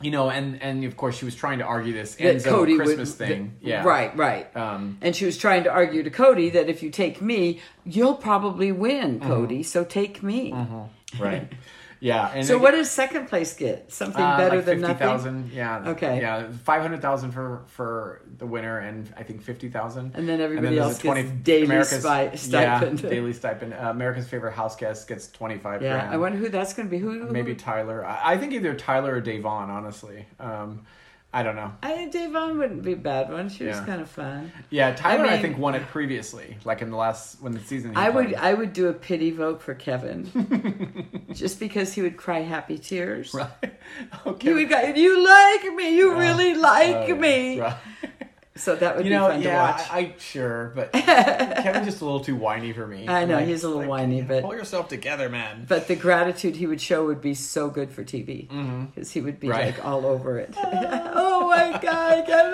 Speaker 1: You know, and and of course she was trying to argue this
Speaker 2: That
Speaker 1: Enzo
Speaker 2: Cody would-
Speaker 1: Christmas thing.
Speaker 2: that-
Speaker 1: yeah,
Speaker 2: Right, right.
Speaker 1: Um,
Speaker 2: and she was trying to argue to Cody that if you take me, you'll probably win,
Speaker 1: Mm-hmm.
Speaker 2: Cody. So take me.
Speaker 1: Right. Yeah. And
Speaker 2: So
Speaker 1: it-
Speaker 2: what does second place get? Something
Speaker 1: uh,
Speaker 2: better
Speaker 1: like
Speaker 2: than
Speaker 1: fifty
Speaker 2: nothing.
Speaker 1: thousand? Yeah.
Speaker 2: Okay.
Speaker 1: Yeah, five hundred thousand for for the winner, and I think fifty thousand.
Speaker 2: And then everybody
Speaker 1: there's a
Speaker 2: else gets daily spi- stipend.
Speaker 1: Yeah, daily stipend. Uh, America's favorite house guest gets twenty five.
Speaker 2: Yeah,
Speaker 1: grand.
Speaker 2: I wonder who that's going to be. Who? who-
Speaker 1: Maybe Tyler. I, I think either Tyler or Davon. Honestly, um, I don't know.
Speaker 2: I Davon wouldn't be a bad one. She was
Speaker 1: Yeah.
Speaker 2: kind of fun.
Speaker 1: Yeah, Tyler. I,
Speaker 2: mean-
Speaker 1: think won it previously, like in the last when the season. he
Speaker 2: I would
Speaker 1: played.
Speaker 2: I would do a pity vote for Kevin, just because he would cry happy tears.
Speaker 1: Right.
Speaker 2: He
Speaker 1: okay.
Speaker 2: would go, "You like me, you really like
Speaker 1: Oh, yeah,
Speaker 2: me."
Speaker 1: right.
Speaker 2: So that would
Speaker 1: You
Speaker 2: be
Speaker 1: know,
Speaker 2: fun
Speaker 1: yeah,
Speaker 2: to watch.
Speaker 1: I, I sure, but Kevin's just a little too whiny for me.
Speaker 2: I know,
Speaker 1: Like,
Speaker 2: he's a little
Speaker 1: like,
Speaker 2: whiny, but-
Speaker 1: pull yourself together, man.
Speaker 2: But the gratitude he would show would be so good for TV because he would be
Speaker 1: Mm-hmm. Right.
Speaker 2: like all over it. oh my god, I can't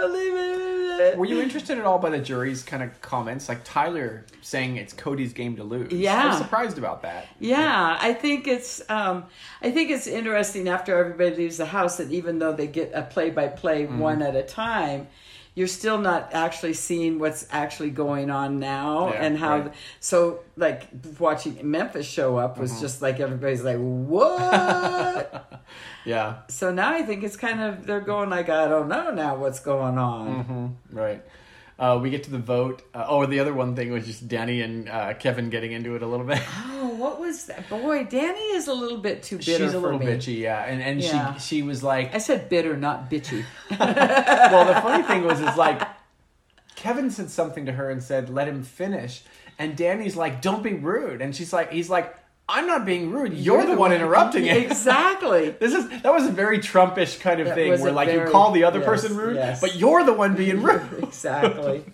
Speaker 2: believe
Speaker 1: Were
Speaker 2: it!
Speaker 1: you interested at all by the jury's kind of comments, like Tyler saying it's Cody's game to lose? I
Speaker 2: Yeah.
Speaker 1: was surprised about that.
Speaker 2: Yeah, I think it's um, I think it's interesting after everybody leaves the house that even though they get a play by play
Speaker 1: Mm-hmm.
Speaker 2: one at a time, you're still not actually seeing what's actually going on now
Speaker 1: Yeah,
Speaker 2: and how.
Speaker 1: right.
Speaker 2: So like watching Memphis show up
Speaker 1: Mm-hmm.
Speaker 2: was just like everybody's like what.
Speaker 1: Yeah,
Speaker 2: So now I think it's kind of they're going like I don't know now what's going on.
Speaker 1: Mm-hmm. right. Uh, we get to the vote. Uh, oh, the other one thing was just Danny and uh, Kevin getting into it a little bit.
Speaker 2: Oh, what was that? Boy, Danny is a little bit too bitter
Speaker 1: She's a
Speaker 2: for
Speaker 1: little
Speaker 2: me.
Speaker 1: bitchy, yeah, and and
Speaker 2: Yeah.
Speaker 1: she she was like,
Speaker 2: I said bitter, not bitchy.
Speaker 1: well, the funny thing was, is like Kevin said something to her and said, "Let him finish," and Danny's like, "Don't be rude," and she's like, "He's like, I'm not being rude. You're, the, one interrupting it."
Speaker 2: exactly.
Speaker 1: This is that was a very Trumpish kind of
Speaker 2: That
Speaker 1: thing
Speaker 2: was
Speaker 1: where
Speaker 2: a
Speaker 1: like
Speaker 2: very-
Speaker 1: you call the other
Speaker 2: yes,
Speaker 1: person rude,
Speaker 2: yes.
Speaker 1: but you're the one being rude.
Speaker 2: exactly.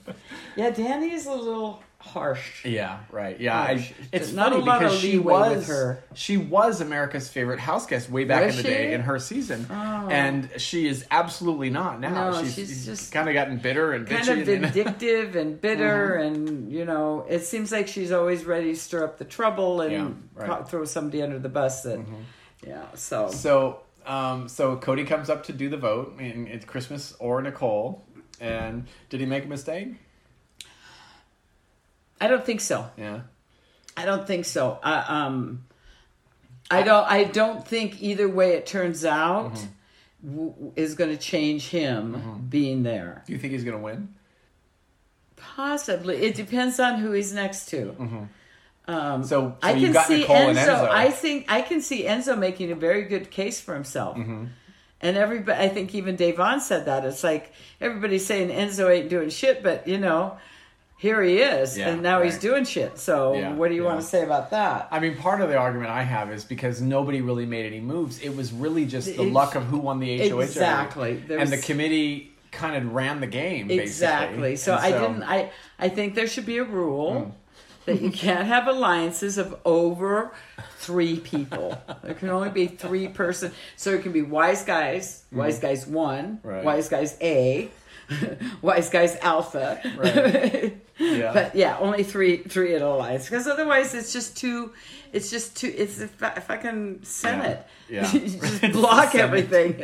Speaker 2: Yeah, Danny is a little harsh.
Speaker 1: Yeah, right. Yeah, I,
Speaker 2: Gosh,
Speaker 1: it's
Speaker 2: there's not
Speaker 1: funny
Speaker 2: a lot of
Speaker 1: because she
Speaker 2: leeway with
Speaker 1: was
Speaker 2: her.
Speaker 1: she was America's favorite house guest way back
Speaker 2: Was
Speaker 1: in the
Speaker 2: she? Oh.
Speaker 1: day in her season, and she is absolutely not now.
Speaker 2: No,
Speaker 1: she's,
Speaker 2: she's just
Speaker 1: kind of gotten bitter and Uh-huh. bitchy
Speaker 2: Kind of
Speaker 1: and-
Speaker 2: vindictive and bitter, and you know, it seems like she's always ready to stir up the trouble and
Speaker 1: Yeah, right. Mm-hmm.
Speaker 2: pro- throw somebody under the bus. That, yeah, so
Speaker 1: So, um, so Cody comes up to do the vote, and it's Christmas or Nicole. And did he make a mistake?
Speaker 2: I don't think so.
Speaker 1: Yeah.
Speaker 2: I don't think so. I, um, I don't. I don't think either way it turns out
Speaker 1: Mm-hmm.
Speaker 2: w- w- is going to change him being there.
Speaker 1: Do you think he's gonna win?
Speaker 2: Possibly, it depends on who he's next to. Um,
Speaker 1: So, so
Speaker 2: I
Speaker 1: you
Speaker 2: can
Speaker 1: got
Speaker 2: see
Speaker 1: Nicole
Speaker 2: Enzo,
Speaker 1: and Enzo.
Speaker 2: I think I can see Enzo making a very good case for himself.
Speaker 1: Mm-hmm.
Speaker 2: And everybody, I think even Davon said that. It's like everybody's saying Enzo ain't doing shit, but you know, here he is,
Speaker 1: Yeah,
Speaker 2: and now he's
Speaker 1: right.
Speaker 2: doing shit. So,
Speaker 1: Yeah,
Speaker 2: what do you
Speaker 1: yeah.
Speaker 2: want to say about that?
Speaker 1: I mean, part of the argument I have is because nobody really made any moves. It was really just the
Speaker 2: Ex-
Speaker 1: luck of who won the HOH. every-
Speaker 2: Exactly. There
Speaker 1: And the
Speaker 2: was-
Speaker 1: committee kind of ran the game, basically.
Speaker 2: Exactly. So,
Speaker 1: And Hmm.
Speaker 2: I didn't. I I think there should be a rule that you can't have alliances of over three people. there can only be three person. So it can be wise guys, wise guys one,
Speaker 1: Hmm. Right.
Speaker 2: wise guys A, wise guys alpha.
Speaker 1: Right. Yeah.
Speaker 2: But yeah, only three three at alliance because otherwise it's just too. It's just too. It's the fa- fucking senate.
Speaker 1: Yeah.
Speaker 2: you just
Speaker 1: It's the
Speaker 2: block
Speaker 1: Senate.
Speaker 2: everything.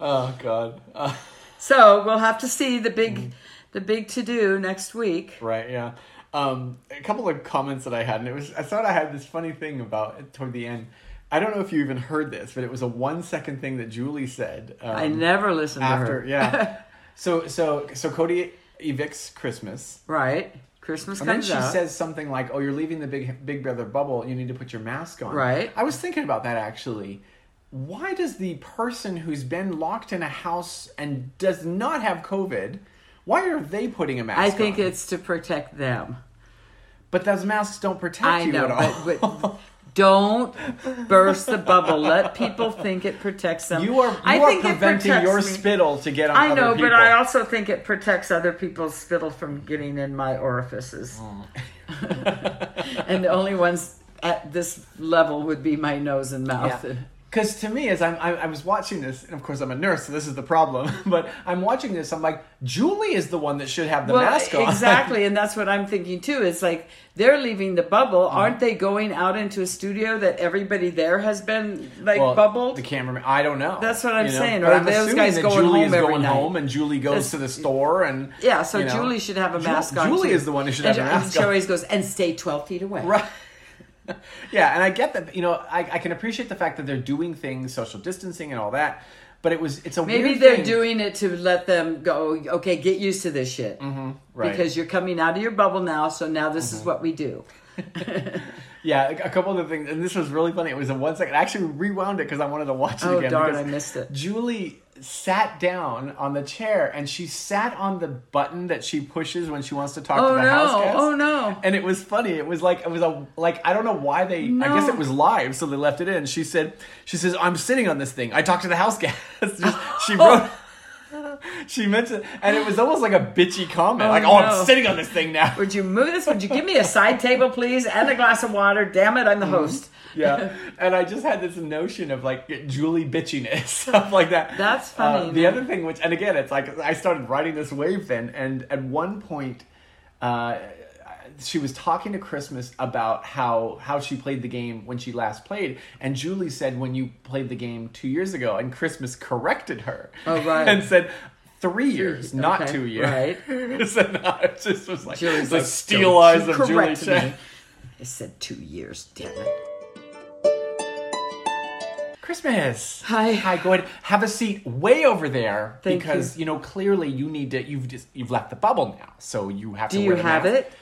Speaker 1: Oh, God. Uh,
Speaker 2: So we'll have to see the big
Speaker 1: Mm-hmm.
Speaker 2: the big to do next week.
Speaker 1: right, yeah. Um, a couple of comments that I had, and it was, I thought I had this funny thing about toward the end. I don't know if you even heard this, but it was a one second thing that Julie said. Um,
Speaker 2: I never listened to
Speaker 1: after,
Speaker 2: her.
Speaker 1: yeah. so, so, so Cody evicts Christmas.
Speaker 2: Right. Christmas
Speaker 1: And then
Speaker 2: comes
Speaker 1: she
Speaker 2: out.
Speaker 1: says something like, "Oh, you're leaving the big Big Brother bubble. You need to put your mask on."
Speaker 2: Right.
Speaker 1: I was thinking about that actually. Why does the person who's been locked in a house and does not have COVID, why are they putting a mask?
Speaker 2: I think
Speaker 1: on?
Speaker 2: it's to protect them.
Speaker 1: But those masks don't protect
Speaker 2: I
Speaker 1: you
Speaker 2: know,
Speaker 1: at all.
Speaker 2: but, but don't burst the bubble. Let people think it protects them.
Speaker 1: you are you
Speaker 2: I
Speaker 1: are
Speaker 2: think it
Speaker 1: preventing
Speaker 2: protects
Speaker 1: your
Speaker 2: me.
Speaker 1: spittle to get on
Speaker 2: I
Speaker 1: other
Speaker 2: know,
Speaker 1: people.
Speaker 2: but I also think it protects other people's spittle from getting in my orifices.
Speaker 1: Oh.
Speaker 2: and the only ones at this level would be my nose and mouth.
Speaker 1: Because to me, as I'm, I, I was watching this, and of course I'm a nurse, so this is the problem. But I'm watching this, I'm like, Julie is the one that should have the mask on.
Speaker 2: Exactly, and that's what I'm thinking too. It's like they're leaving the bubble. Aren't they going out into a studio that everybody there has been like
Speaker 1: Well,
Speaker 2: bubbled?
Speaker 1: The cameraman. I don't know.
Speaker 2: That's what I'm saying,
Speaker 1: But
Speaker 2: or
Speaker 1: I'm
Speaker 2: those
Speaker 1: assuming
Speaker 2: guys
Speaker 1: that
Speaker 2: going
Speaker 1: Julie
Speaker 2: home
Speaker 1: is
Speaker 2: every
Speaker 1: going
Speaker 2: night.
Speaker 1: home, and Julie goes
Speaker 2: That's-
Speaker 1: to the store, and
Speaker 2: yeah, so
Speaker 1: you know.
Speaker 2: Julie should have a
Speaker 1: Ju-
Speaker 2: mask on.
Speaker 1: Julie
Speaker 2: too.
Speaker 1: is the one who should
Speaker 2: and,
Speaker 1: have a mask
Speaker 2: And she
Speaker 1: on.
Speaker 2: always goes and stay twelve feet away.
Speaker 1: Right. yeah, and I get that. You know, I, I can appreciate the fact that they're doing things, social distancing, and all that. But it was it's a
Speaker 2: Maybe
Speaker 1: weird
Speaker 2: they're
Speaker 1: thing.
Speaker 2: doing it to let them go. Okay, get used to this shit
Speaker 1: Mm-hmm, right. Mm-hmm.
Speaker 2: because you're coming out of your bubble now. So now this is what we do.
Speaker 1: yeah, a a couple of the things, and this was really funny. It was a one second. I actually rewound it because I wanted to watch it
Speaker 2: Oh,
Speaker 1: again.
Speaker 2: darn,
Speaker 1: because
Speaker 2: I missed it.
Speaker 1: Julie sat down on the chair and she sat on the button that she pushes when she wants to talk to
Speaker 2: Oh
Speaker 1: the house
Speaker 2: no!
Speaker 1: guest.
Speaker 2: Oh no!
Speaker 1: And it was funny. It was like it was a like I don't know why they. I
Speaker 2: No.
Speaker 1: guess it was live, so they left it in. She said, "She says I'm sitting on this thing. I talked to the house guest." Just- she
Speaker 2: Oh.
Speaker 1: wrote. she mentioned, and it was almost like a bitchy comment,
Speaker 2: Oh,
Speaker 1: like, "Oh,
Speaker 2: no.
Speaker 1: I'm sitting on this thing now."
Speaker 2: Would you move this? Would you give me a side table, please, and a glass of water? Damn it,
Speaker 1: Mm-hmm.
Speaker 2: I'm the host.
Speaker 1: yeah, and I just had this notion of like Julie bitchiness, stuff like that.
Speaker 2: That's funny,
Speaker 1: Uh, the
Speaker 2: man.
Speaker 1: other thing, which and again, it's like I started riding this wave then, and at one point, uh, she was talking to Christmas about how how she played the game when she last played, and Julie said when you played the game two years ago, and Christmas corrected her.
Speaker 2: Oh, right.
Speaker 1: and said. Three years, not
Speaker 2: okay,
Speaker 1: two years. Right. so now it just was like
Speaker 2: Julie's
Speaker 1: the
Speaker 2: like,
Speaker 1: steel
Speaker 2: "Don't
Speaker 1: eyes
Speaker 2: you
Speaker 1: of Julie
Speaker 2: correct me."
Speaker 1: Chen.
Speaker 2: I said two years. Damn it.
Speaker 1: Christmas.
Speaker 2: Hi.
Speaker 1: Hi. Go ahead. Have a seat way over there
Speaker 2: Thank
Speaker 1: because you. know clearly you need to. You've just you've left the bubble now, so you have to.
Speaker 2: Do you
Speaker 1: wear the
Speaker 2: have
Speaker 1: mask.
Speaker 2: it?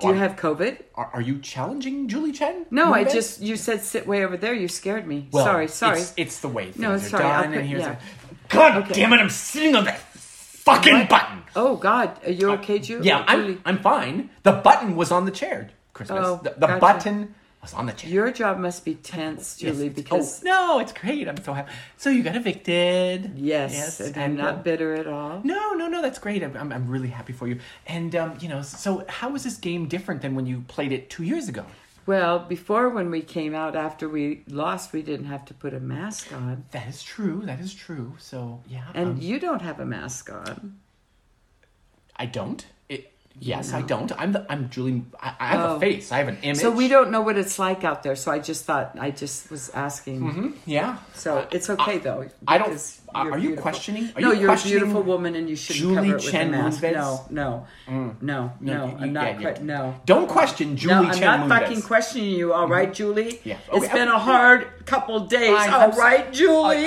Speaker 2: Do you have COVID?
Speaker 1: Are, are you challenging Julie Chen?
Speaker 2: No,
Speaker 1: Move
Speaker 2: I
Speaker 1: it?
Speaker 2: just you said sit way over there. You scared me.
Speaker 1: Well,
Speaker 2: sorry, sorry.
Speaker 1: It's, it's the way things
Speaker 2: No,
Speaker 1: are
Speaker 2: sorry, I'll
Speaker 1: done,
Speaker 2: put-
Speaker 1: and here's
Speaker 2: yeah.
Speaker 1: a- God
Speaker 2: Okay.
Speaker 1: damn it! I'm sitting on that fucking button.
Speaker 2: Oh God, are you okay, Ju?
Speaker 1: Yeah, I'm.
Speaker 2: Julie?
Speaker 1: I'm fine. The button was on the chair. Christmas.
Speaker 2: Oh,
Speaker 1: the the
Speaker 2: gotcha.
Speaker 1: button was on the chair.
Speaker 2: Your job must be tense, Julie,
Speaker 1: Yes, it's-
Speaker 2: because
Speaker 1: oh, no, it's great. I'm so happy. So you got evicted.
Speaker 2: yes, and I'm
Speaker 1: uh,
Speaker 2: not bitter at all.
Speaker 1: No, no, no. That's great. I'm, I'm, I'm really happy for you. And um, you know, so how is this game different than when you played it two years ago?
Speaker 2: Well, before when we came out after we lost, we didn't have to put a mask on.
Speaker 1: That is true. That is true. So yeah.
Speaker 2: And
Speaker 1: um,
Speaker 2: you don't have a mask on.
Speaker 1: I don't. It, yes, I don't. I'm the, I'm Julie. I, I have
Speaker 2: Oh.
Speaker 1: a face. I have an image.
Speaker 2: So we don't know what it's like out there. So I just thought I just was asking.
Speaker 1: Mm-hmm. Yeah.
Speaker 2: So it's okay though.
Speaker 1: Uh, I don't-
Speaker 2: because
Speaker 1: are
Speaker 2: you're
Speaker 1: you questioning- are
Speaker 2: no,
Speaker 1: you
Speaker 2: are
Speaker 1: questioning
Speaker 2: a beautiful woman, and you shouldn't
Speaker 1: Julie
Speaker 2: cover it with
Speaker 1: Chen
Speaker 2: a mask.
Speaker 1: Moonves? Mm.
Speaker 2: No, no, no, no.
Speaker 1: you-
Speaker 2: I'm
Speaker 1: you-
Speaker 2: not.
Speaker 1: yeah, yeah.
Speaker 2: que- No.
Speaker 1: Don't question Julie
Speaker 2: no, I'm
Speaker 1: Chen
Speaker 2: not
Speaker 1: Moonves.
Speaker 2: fucking questioning you, all right, Julie?
Speaker 1: Yeah.
Speaker 2: It's
Speaker 1: Okay,
Speaker 2: been
Speaker 1: I'm-
Speaker 2: a hard couple days,
Speaker 1: I'm-
Speaker 2: all
Speaker 1: I'm s-
Speaker 2: right, Julie?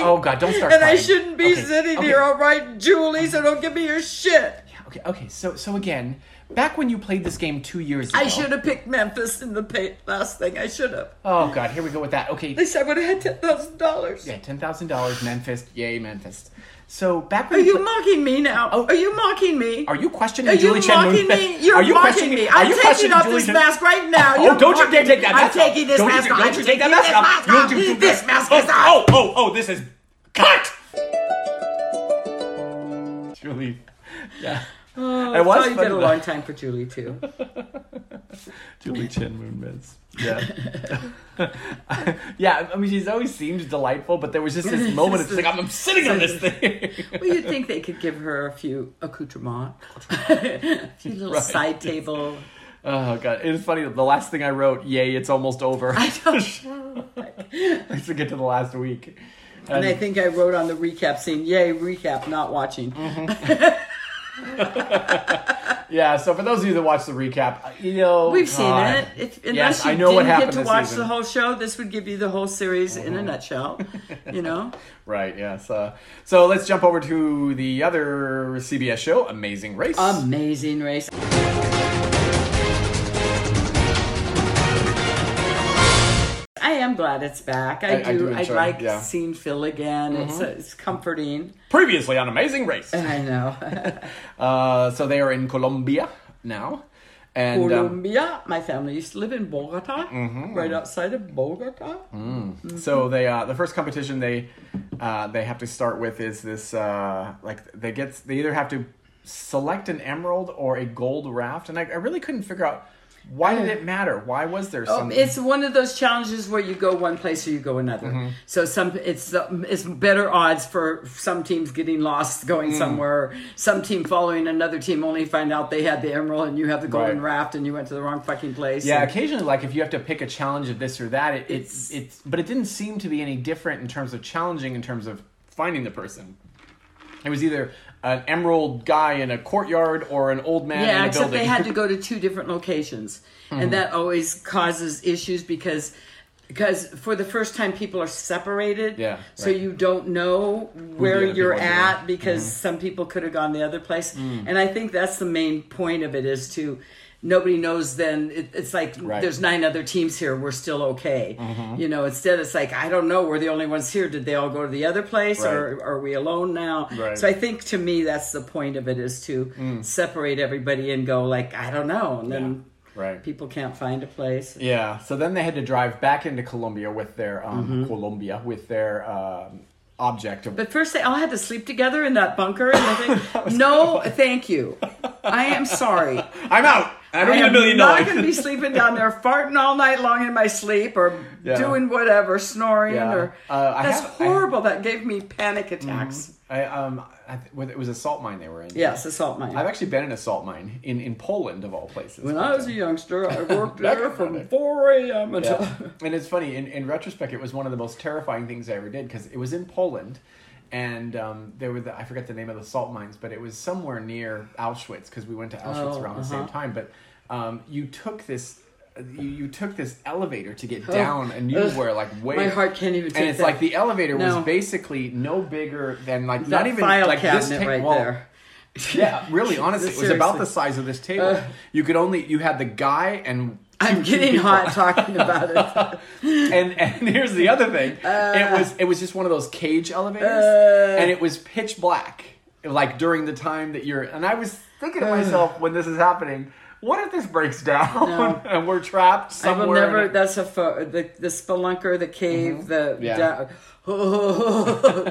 Speaker 1: I- oh, God, don't start
Speaker 2: And I
Speaker 1: crying.
Speaker 2: shouldn't be
Speaker 1: Okay,
Speaker 2: sitting
Speaker 1: okay.
Speaker 2: here, all right, Julie, so don't give me your shit.
Speaker 1: Okay. Okay. So so again, back when you played this game two years ago.
Speaker 2: I should have picked Memphis in the pay- last thing. I should have.
Speaker 1: Oh God, here we go with that. Okay.
Speaker 2: At least I would have had $10,000.
Speaker 1: Yeah, ten thousand dollars, Memphis. Yay, Memphis. So back
Speaker 2: Are
Speaker 1: when
Speaker 2: you
Speaker 1: pla-
Speaker 2: mocking me now?
Speaker 1: Oh.
Speaker 2: Are you mocking me?
Speaker 1: are you questioning
Speaker 2: Are you
Speaker 1: Julie Chen
Speaker 2: mocking
Speaker 1: Moonves?
Speaker 2: me? You're
Speaker 1: are you
Speaker 2: mocking
Speaker 1: questioning
Speaker 2: me.
Speaker 1: Are
Speaker 2: I'm
Speaker 1: you
Speaker 2: taking
Speaker 1: questioning
Speaker 2: off
Speaker 1: Julie
Speaker 2: this
Speaker 1: Chen-
Speaker 2: mask right now.
Speaker 1: Oh,
Speaker 2: You're
Speaker 1: don't you dare
Speaker 2: mocking
Speaker 1: take
Speaker 2: me.
Speaker 1: that
Speaker 2: I'm
Speaker 1: mask off.
Speaker 2: taking this
Speaker 1: Don't you-
Speaker 2: mask off.
Speaker 1: Don't you
Speaker 2: I'm
Speaker 1: take that
Speaker 2: taking this
Speaker 1: mask off.
Speaker 2: mask
Speaker 1: You
Speaker 2: off.
Speaker 1: do- do
Speaker 2: This
Speaker 1: that.
Speaker 2: mask
Speaker 1: Oh,
Speaker 2: is off.
Speaker 1: Oh, oh, oh, this is cut. Julie. Yeah.
Speaker 2: Oh,
Speaker 1: It was
Speaker 2: so you
Speaker 1: funny
Speaker 2: get a
Speaker 1: though.
Speaker 2: long time for Julie too.
Speaker 1: Julie Chen Moonves. Yeah. yeah, I mean, she's always seemed delightful, but there was just this moment. It's like, I'm, I'm sitting on this thing.
Speaker 2: Well, you'd think they could give her a few accoutrements, a few little
Speaker 1: Right.
Speaker 2: side table.
Speaker 1: oh, God. It's funny. The last thing I wrote, yay, it's almost over.
Speaker 2: I don't know.
Speaker 1: I forget to the last week.
Speaker 2: And I think I wrote on the recap scene, "Yay, recap, not watching."
Speaker 1: Mm-hmm. Yeah, so for those of you that watch the recap, uh, you know
Speaker 2: We've seen
Speaker 1: God.
Speaker 2: it. If, unless
Speaker 1: Yes,
Speaker 2: you
Speaker 1: I know what
Speaker 2: didn't
Speaker 1: happened
Speaker 2: get to
Speaker 1: this
Speaker 2: watch
Speaker 1: season. Mm-hmm.
Speaker 2: the whole show, this would give you the whole series in a nutshell. You know,
Speaker 1: Right. Yes. Uh, so let's jump over to the other CBS show, Amazing Race.
Speaker 2: Um, amazing race. I am glad it's back. I,
Speaker 1: I- I
Speaker 2: do.
Speaker 1: do
Speaker 2: I,
Speaker 1: enjoy it,
Speaker 2: like
Speaker 1: yeah.
Speaker 2: seeing Phil again. It's uh, it's comforting.
Speaker 1: Previously on Amazing Race.
Speaker 2: I know.
Speaker 1: Uh, so they are in Colombia now, and um,
Speaker 2: Colombia. My family used to live in Bogota, right outside of Bogota.
Speaker 1: so they uh, the first competition they uh, they have to start with is this uh, like they get they either have to select an emerald or a gold raft, and I, I really couldn't figure out why did it matter. Why was there
Speaker 2: Oh,
Speaker 1: some?
Speaker 2: it's one of those challenges where you go one place or you go another.
Speaker 1: Mm-hmm.
Speaker 2: So some it's uh, it's better odds for some teams getting lost going
Speaker 1: Mm.
Speaker 2: somewhere, some team following another team only to find out they had the emerald and you have the golden
Speaker 1: Right.
Speaker 2: raft and you went to the wrong fucking place.
Speaker 1: Yeah,
Speaker 2: And-
Speaker 1: occasionally, like if you have to pick a challenge of this or that, it, it's it's. But it didn't seem to be any different in terms of challenging, in terms of finding the person. It was either an emerald guy in a courtyard or an old man
Speaker 2: yeah,
Speaker 1: in a
Speaker 2: except
Speaker 1: building. Mm-hmm.
Speaker 2: they had to go to two different locations, and that always causes issues because because for the first time people are separated.
Speaker 1: Yeah,
Speaker 2: so
Speaker 1: right.
Speaker 2: you don't know where
Speaker 1: other
Speaker 2: you're
Speaker 1: people
Speaker 2: at
Speaker 1: are. Mm-hmm. Mm.
Speaker 2: because some people could have gone the other place, and I think that's the main point of it is to. Nobody knows. Then it, it's like
Speaker 1: Right. Mm-hmm.
Speaker 2: there's nine other teams here. We're still okay, you know. Instead, it's like I don't know. We're the only ones here. Did they all go to the other place, or are we alone now?
Speaker 1: Right.
Speaker 2: So I think to me that's the point of it is to
Speaker 1: Mm.
Speaker 2: separate everybody and go like I don't know, and then
Speaker 1: right.
Speaker 2: people can't find a place.
Speaker 1: Yeah. So then they had to drive back into Colombia with their um,
Speaker 2: Mm-hmm.
Speaker 1: Colombia with their um, object. Of,
Speaker 2: But first they all had to sleep together in that bunker and everything. no, thank you. I am sorry.
Speaker 1: I'm out. I don't
Speaker 2: I
Speaker 1: need a
Speaker 2: am
Speaker 1: million
Speaker 2: not
Speaker 1: dollars.
Speaker 2: going to be sleeping down there, farting all night long in my sleep, or
Speaker 1: Yeah.
Speaker 2: doing whatever, snoring,
Speaker 1: Yeah.
Speaker 2: or
Speaker 1: Uh, I
Speaker 2: that's
Speaker 1: have- Mm-hmm. I-
Speaker 2: horrible. that gave me panic attacks.
Speaker 1: I, um, I, th- it was a salt mine they were in.
Speaker 2: Yes, assault mine.
Speaker 1: I've actually been in a salt mine in, in Poland of all places.
Speaker 2: when I was a youngster, I worked
Speaker 1: Back
Speaker 2: there
Speaker 1: in
Speaker 2: from
Speaker 1: Friday.
Speaker 2: 4 a.m. until.
Speaker 1: Yeah. and it's funny in, in retrospect it was one of the most terrifying things i ever did because it was in poland and um, there were the, i forget the name of the salt mines but it was somewhere near auschwitz because we went to auschwitz
Speaker 2: Oh,
Speaker 1: around the
Speaker 2: uh-huh.
Speaker 1: same time but um, you took this you, you took this elevator to get down and you
Speaker 2: Oh. Ugh.
Speaker 1: were like way
Speaker 2: My heart can't even
Speaker 1: and
Speaker 2: take
Speaker 1: it's
Speaker 2: that.
Speaker 1: like the elevator
Speaker 2: No.
Speaker 1: was basically no bigger than like
Speaker 2: That
Speaker 1: not even
Speaker 2: file
Speaker 1: like
Speaker 2: cabinet
Speaker 1: this ta-
Speaker 2: right
Speaker 1: well,
Speaker 2: there.
Speaker 1: yeah really honestly it was about
Speaker 2: Seriously.
Speaker 1: the size of this table you could only you had the guy and
Speaker 2: I'm getting hot talking about it.
Speaker 1: and and here's the other thing. it was it was just one of those cage elevators,
Speaker 2: Uh.
Speaker 1: and it was
Speaker 2: Uh.
Speaker 1: pitch black, like during the time that you're. And I was thinking to myself when this is happening. what if this breaks down
Speaker 2: No.
Speaker 1: and we're trapped
Speaker 2: I will
Speaker 1: somewhere?
Speaker 2: never.
Speaker 1: in a-
Speaker 2: That's a pho- the the spelunker, the cave, the.
Speaker 1: Mm-hmm. Yeah.
Speaker 2: da-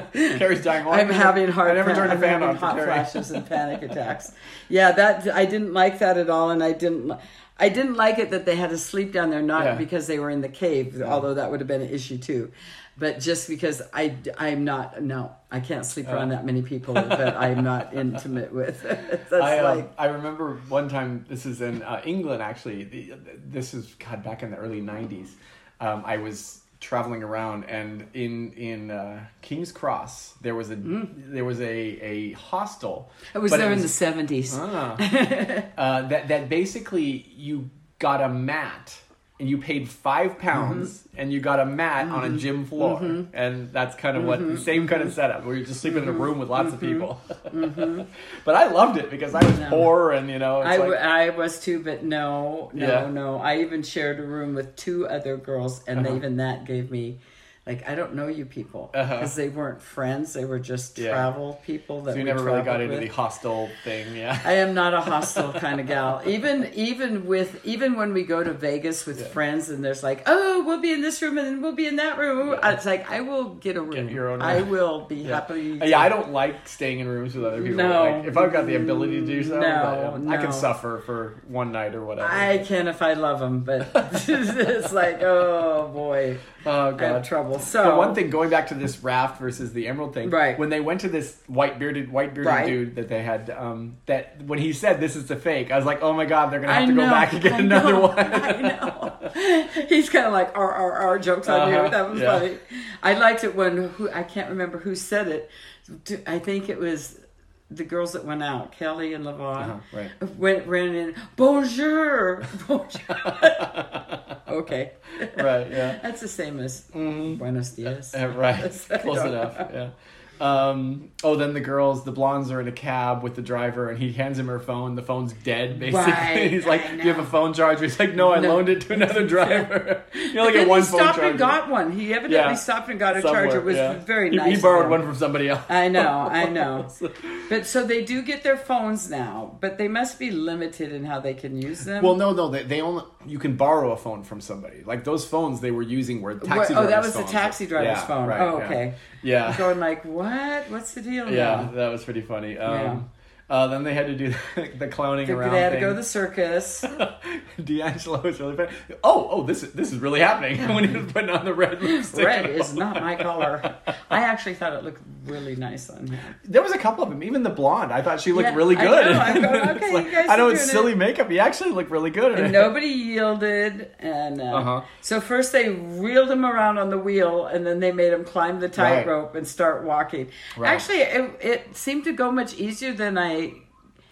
Speaker 1: Carrie's dying. Well,
Speaker 2: I'm having hard.
Speaker 1: I never
Speaker 2: pan-
Speaker 1: turned a
Speaker 2: I'm
Speaker 1: fan
Speaker 2: having
Speaker 1: off. to
Speaker 2: hot
Speaker 1: Carrie.
Speaker 2: flashes and panic attacks. Yeah, that I didn't like that at all, and I didn't. li- I didn't like it that they had to sleep down there, not
Speaker 1: Yeah.
Speaker 2: because they were in the cave, although that would have been an issue too, but just because I I'm not no, I can't sleep around that many people that I'm not intimate with. That's
Speaker 1: I, um,
Speaker 2: like
Speaker 1: I remember one time, this is in uh, England actually. The, this is, God, back in the early 90s. Um, I was traveling around and in in uh, King's Cross, there was a there was a, a hostel.
Speaker 2: Mm. I was
Speaker 1: but it
Speaker 2: there in the seventies.
Speaker 1: Ah. uh, that that basically you got a mat and you paid five pounds
Speaker 2: Mm-hmm.
Speaker 1: and you got a mat on a gym floor and that's kind of what
Speaker 2: Mm-hmm.
Speaker 1: the same kind of setup where you're just sleeping in a room with lots of people but i loved it because i was poor and you know it's
Speaker 2: Mm-hmm. I,
Speaker 1: like,
Speaker 2: w- I was too, but no, no,
Speaker 1: Yeah.
Speaker 2: no. I even shared a room with two other girls, and even that gave me, like, I don't know you people
Speaker 1: Uh-huh.
Speaker 2: because they weren't friends; they were just
Speaker 1: Yeah.
Speaker 2: travel people that
Speaker 1: so you
Speaker 2: we
Speaker 1: never really got
Speaker 2: traveled
Speaker 1: into
Speaker 2: with.
Speaker 1: the hostel thing yeah
Speaker 2: I am not a hostile kind of gal. Even even with even when we go to Vegas with friends and there's like, oh, we'll be in this room and then we'll be in that room. It's like I will get a room.
Speaker 1: your own
Speaker 2: I
Speaker 1: room.
Speaker 2: will be happy.
Speaker 1: yeah, I don't like staying in rooms with other people.
Speaker 2: No.
Speaker 1: Like, if I've got the ability to do so,
Speaker 2: No,
Speaker 1: but, um, I
Speaker 2: no.
Speaker 1: can suffer for one night or whatever.
Speaker 2: I can if I love them, but it's like, oh boy,
Speaker 1: oh
Speaker 2: I have
Speaker 1: god,
Speaker 2: trouble. So
Speaker 1: But one thing, going back to this raft versus the emerald thing,
Speaker 2: Right.
Speaker 1: When they went to this white bearded white bearded
Speaker 2: Right.
Speaker 1: dude that they had, um, that when he said this is the fake, I was like, oh my god, they're gonna have
Speaker 2: I
Speaker 1: to
Speaker 2: know,
Speaker 1: go back and get
Speaker 2: I
Speaker 1: another
Speaker 2: know,
Speaker 1: one.
Speaker 2: I know. He's kind of like R R R jokes on
Speaker 1: Uh-huh,
Speaker 2: you. That was
Speaker 1: yeah.
Speaker 2: funny. I liked it when who I can't remember who said it. D- I think it was the girls that went out, Kelly and Levon,
Speaker 1: Uh-huh, right.
Speaker 2: went ran in. Bonjour, bonjour. okay,
Speaker 1: right? Yeah.
Speaker 2: that's the same as Buenos dias.
Speaker 1: Yeah, right. Close enough. Yeah. Um, oh, then the girls, the blondes are in a cab with the driver, and he hands him her phone. The phone's dead, basically.
Speaker 2: Right,
Speaker 1: He's like,
Speaker 2: I
Speaker 1: "Do you have
Speaker 2: know.
Speaker 1: a phone charger?" He's like, "No, I
Speaker 2: No.
Speaker 1: loaned it to another driver." you only get
Speaker 2: But then
Speaker 1: one
Speaker 2: he
Speaker 1: phone
Speaker 2: stopped
Speaker 1: charger.
Speaker 2: and got one. He evidently
Speaker 1: Yeah.
Speaker 2: stopped and got a
Speaker 1: somewhere,
Speaker 2: charger. It was
Speaker 1: yeah.
Speaker 2: very
Speaker 1: He-
Speaker 2: nice.
Speaker 1: he
Speaker 2: of
Speaker 1: borrowed
Speaker 2: him.
Speaker 1: one from somebody else.
Speaker 2: I know, I know. But so they do get their phones now, but they must be limited in how they can use them.
Speaker 1: Well, no, no, they, they only you can borrow a phone from somebody. Like those phones they were using were taxi
Speaker 2: Where-
Speaker 1: drivers.
Speaker 2: oh, that was the
Speaker 1: phones.
Speaker 2: taxi driver's
Speaker 1: Yeah,
Speaker 2: phone.
Speaker 1: right,
Speaker 2: oh,
Speaker 1: yeah.
Speaker 2: okay.
Speaker 1: Yeah,
Speaker 2: I'm going like, what? What's the deal?
Speaker 1: yeah,
Speaker 2: now?
Speaker 1: that was pretty funny. Um, uh, then they had to do the, clowning
Speaker 2: They
Speaker 1: around.
Speaker 2: had to
Speaker 1: thing.
Speaker 2: go to the circus.
Speaker 1: D'Angelo was really funny. Oh, oh, this is this is really happening when he was putting on the red lipstick.
Speaker 2: Red is not my color. I actually thought it looked really nice on him.
Speaker 1: There was a couple of them. Even the blonde, I thought she looked
Speaker 2: Yeah,
Speaker 1: really
Speaker 2: I
Speaker 1: good.
Speaker 2: know, I'm going,
Speaker 1: It's
Speaker 2: okay,
Speaker 1: like,
Speaker 2: you guys
Speaker 1: I know
Speaker 2: are
Speaker 1: it's
Speaker 2: doing
Speaker 1: silly
Speaker 2: it.
Speaker 1: makeup. He actually looked really good. in
Speaker 2: And
Speaker 1: it.
Speaker 2: nobody yielded, and uh,
Speaker 1: Uh-huh.
Speaker 2: so first they reeled him around on the wheel, and then they made him climb the
Speaker 1: Right.
Speaker 2: tightrope and start walking.
Speaker 1: Right.
Speaker 2: Actually, it, it seemed to go much easier than I.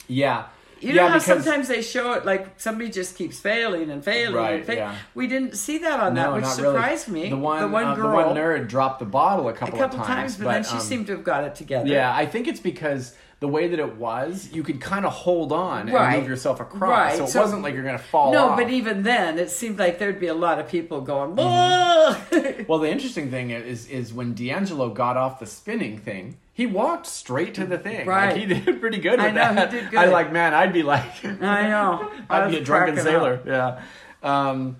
Speaker 1: Yeah,
Speaker 2: You
Speaker 1: yeah,
Speaker 2: know how
Speaker 1: because,
Speaker 2: sometimes they show it like somebody just keeps failing and failing.
Speaker 1: Right,
Speaker 2: and failing.
Speaker 1: yeah.
Speaker 2: We didn't see that on
Speaker 1: No,
Speaker 2: that, which
Speaker 1: not really.
Speaker 2: surprised me.
Speaker 1: The one, uh,
Speaker 2: girl,
Speaker 1: the one nerd dropped the bottle a
Speaker 2: a
Speaker 1: couple,
Speaker 2: couple
Speaker 1: of
Speaker 2: times,
Speaker 1: times,
Speaker 2: but, then she
Speaker 1: um,
Speaker 2: seemed to have got it together.
Speaker 1: Yeah, I think it's because the way that it was, you could kind of hold on
Speaker 2: Right.
Speaker 1: and move yourself across,
Speaker 2: Right,
Speaker 1: so it
Speaker 2: so-
Speaker 1: wasn't like you're gonna fall.
Speaker 2: No,
Speaker 1: off.
Speaker 2: but even then, it seemed like there'd be a lot of people
Speaker 1: Mm-hmm.
Speaker 2: going, "Whoa!"
Speaker 1: Well, the interesting thing is is when D'Angelo got off the spinning thing, he walked straight to the thing.
Speaker 2: Right.
Speaker 1: Like, he did pretty good with
Speaker 2: I know, he
Speaker 1: that.
Speaker 2: did good.
Speaker 1: I like, man, I'd be like,
Speaker 2: I know. I
Speaker 1: I'd be
Speaker 2: was
Speaker 1: a drunken
Speaker 2: cracking
Speaker 1: sailor. Yeah. Um,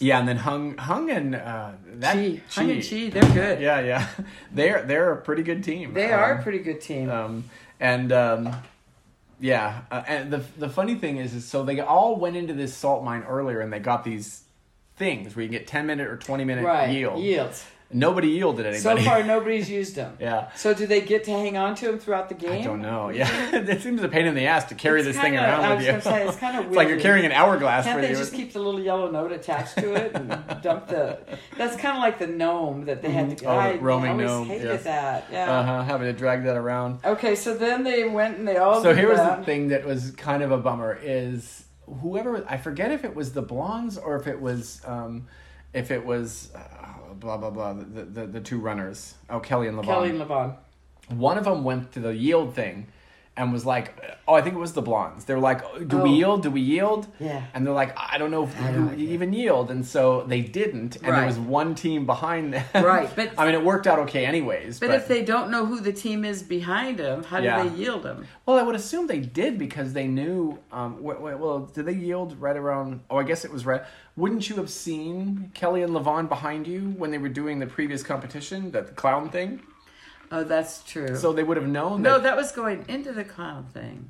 Speaker 1: yeah, and then Hung, Hung and uh, that
Speaker 2: Chi, Hung and
Speaker 1: Chi.
Speaker 2: Chi, they're good.
Speaker 1: Yeah, yeah, they're they're a pretty good team.
Speaker 2: They
Speaker 1: Um,
Speaker 2: are a pretty good team.
Speaker 1: um, and um, yeah, uh, and the the funny thing is, is so they all went into this salt mine earlier, and they got these things where you can get ten minute or twenty minute
Speaker 2: right.
Speaker 1: yield.
Speaker 2: Yields.
Speaker 1: Nobody yielded anybody.
Speaker 2: So far, nobody's used them.
Speaker 1: Yeah.
Speaker 2: So do they get to hang on to them throughout the game?
Speaker 1: I don't know. Yeah, it seems a pain in the ass to carry
Speaker 2: It's
Speaker 1: this thing
Speaker 2: kinda- I
Speaker 1: around
Speaker 2: was
Speaker 1: with you.
Speaker 2: gonna say, it's kinda
Speaker 1: like
Speaker 2: weird.
Speaker 1: you're carrying an hourglass
Speaker 2: Can't
Speaker 1: with
Speaker 2: they
Speaker 1: you.
Speaker 2: just keep the little yellow note attached to it and dump the? That's kind of like the gnome that they had to.
Speaker 1: Oh, the
Speaker 2: I,
Speaker 1: roaming
Speaker 2: I always
Speaker 1: gnome,
Speaker 2: hated
Speaker 1: yes.
Speaker 2: that. Yeah.
Speaker 1: uh-huh, having to drag that around.
Speaker 2: Okay, so then they went and they all.
Speaker 1: So
Speaker 2: did
Speaker 1: here was the
Speaker 2: that.
Speaker 1: thing that was kind of a bummer is whoever I forget if it was the blondes or if it was um, if it was uh, blah blah blah the, the the two runners oh Kelly and Levon
Speaker 2: Kelly and Levon.
Speaker 1: one of them went to the yield thing and was like, oh, I think it was the blondes. They were like, do
Speaker 2: Oh.
Speaker 1: we yield? Do we yield?
Speaker 2: Yeah.
Speaker 1: And they're like, I don't know if
Speaker 2: don't
Speaker 1: we
Speaker 2: like it.
Speaker 1: even yield. And so they didn't. And
Speaker 2: Right.
Speaker 1: there was one team behind them.
Speaker 2: Right, but-
Speaker 1: I mean, it worked out okay, anyways.
Speaker 2: But if they don't know who the team is behind them, how do
Speaker 1: Yeah.
Speaker 2: they yield them?
Speaker 1: Well, I would assume they did because they knew. Um, wh- wh- well, did they yield right around? Oh, I guess it was right. Wouldn't you have seen Kelly and Levon behind you when they were doing the previous competition, that clown thing?
Speaker 2: Oh, that's true.
Speaker 1: So they would have known.
Speaker 2: no,
Speaker 1: that,
Speaker 2: that was going into the clown thing.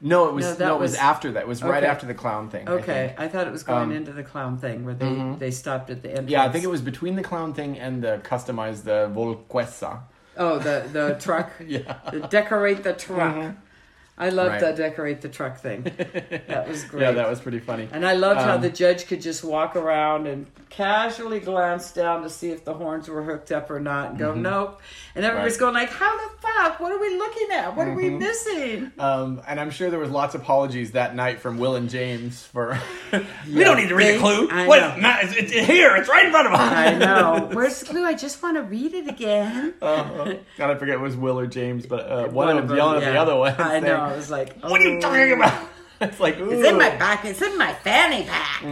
Speaker 1: no, it was
Speaker 2: no,
Speaker 1: no,
Speaker 2: that
Speaker 1: it was,
Speaker 2: was-
Speaker 1: after that. It was right
Speaker 2: Okay.
Speaker 1: after the clown thing. I
Speaker 2: Okay,
Speaker 1: think.
Speaker 2: I, thought it was going into the clown thing where they, they stopped at the end.
Speaker 1: Um, mm-hmm. Yeah, I think it was between the clown thing and the customized uh, the Volquesa.
Speaker 2: Oh, the the truck.
Speaker 1: Yeah.
Speaker 2: The decorate the truck. I love
Speaker 1: Right.
Speaker 2: the decorate the truck thing. that was great.
Speaker 1: Yeah, that was pretty funny.
Speaker 2: And I loved how
Speaker 1: Um,
Speaker 2: the judge could just walk around and casually glance down to see if the horns were hooked up or not, and go nope. And everybody's
Speaker 1: Mm-hmm. Right. Mm-hmm.
Speaker 2: going like, "How the fuck? What are we looking at? What are we missing?"
Speaker 1: Um, and I'm sure there was lots of apologies that night from Will and James for. we don't need to read
Speaker 2: they-
Speaker 1: a clue.
Speaker 2: I
Speaker 1: What?
Speaker 2: know.
Speaker 1: Matt, It's, it's here. It's right in front of us.
Speaker 2: I know. Where's the clue? I just want to read it again.
Speaker 1: Uh, God, I forget it was Will or James, but uh, one,
Speaker 2: One
Speaker 1: of them yelling at the
Speaker 2: yeah.
Speaker 1: other one.
Speaker 2: I
Speaker 1: saying,
Speaker 2: know. I was like, "Oh."
Speaker 1: What are you talking about? It's like, ooh.
Speaker 2: It's in my back. It's in my fanny pack.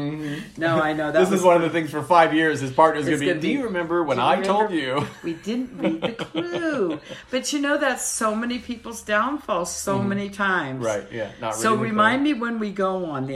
Speaker 2: No, I know that.
Speaker 1: Mm-hmm. this
Speaker 2: was
Speaker 1: is one of the things for five years. His partner's gonna
Speaker 2: It's
Speaker 1: be.
Speaker 2: gonna
Speaker 1: Do
Speaker 2: be-
Speaker 1: you remember when
Speaker 2: Do you
Speaker 1: I told
Speaker 2: remember?"
Speaker 1: you?
Speaker 2: We didn't read the clue. but you know, that's so many people's downfall so many times.
Speaker 1: Mm-hmm. Right. Yeah. Not
Speaker 2: So
Speaker 1: reading the
Speaker 2: remind me when we go on the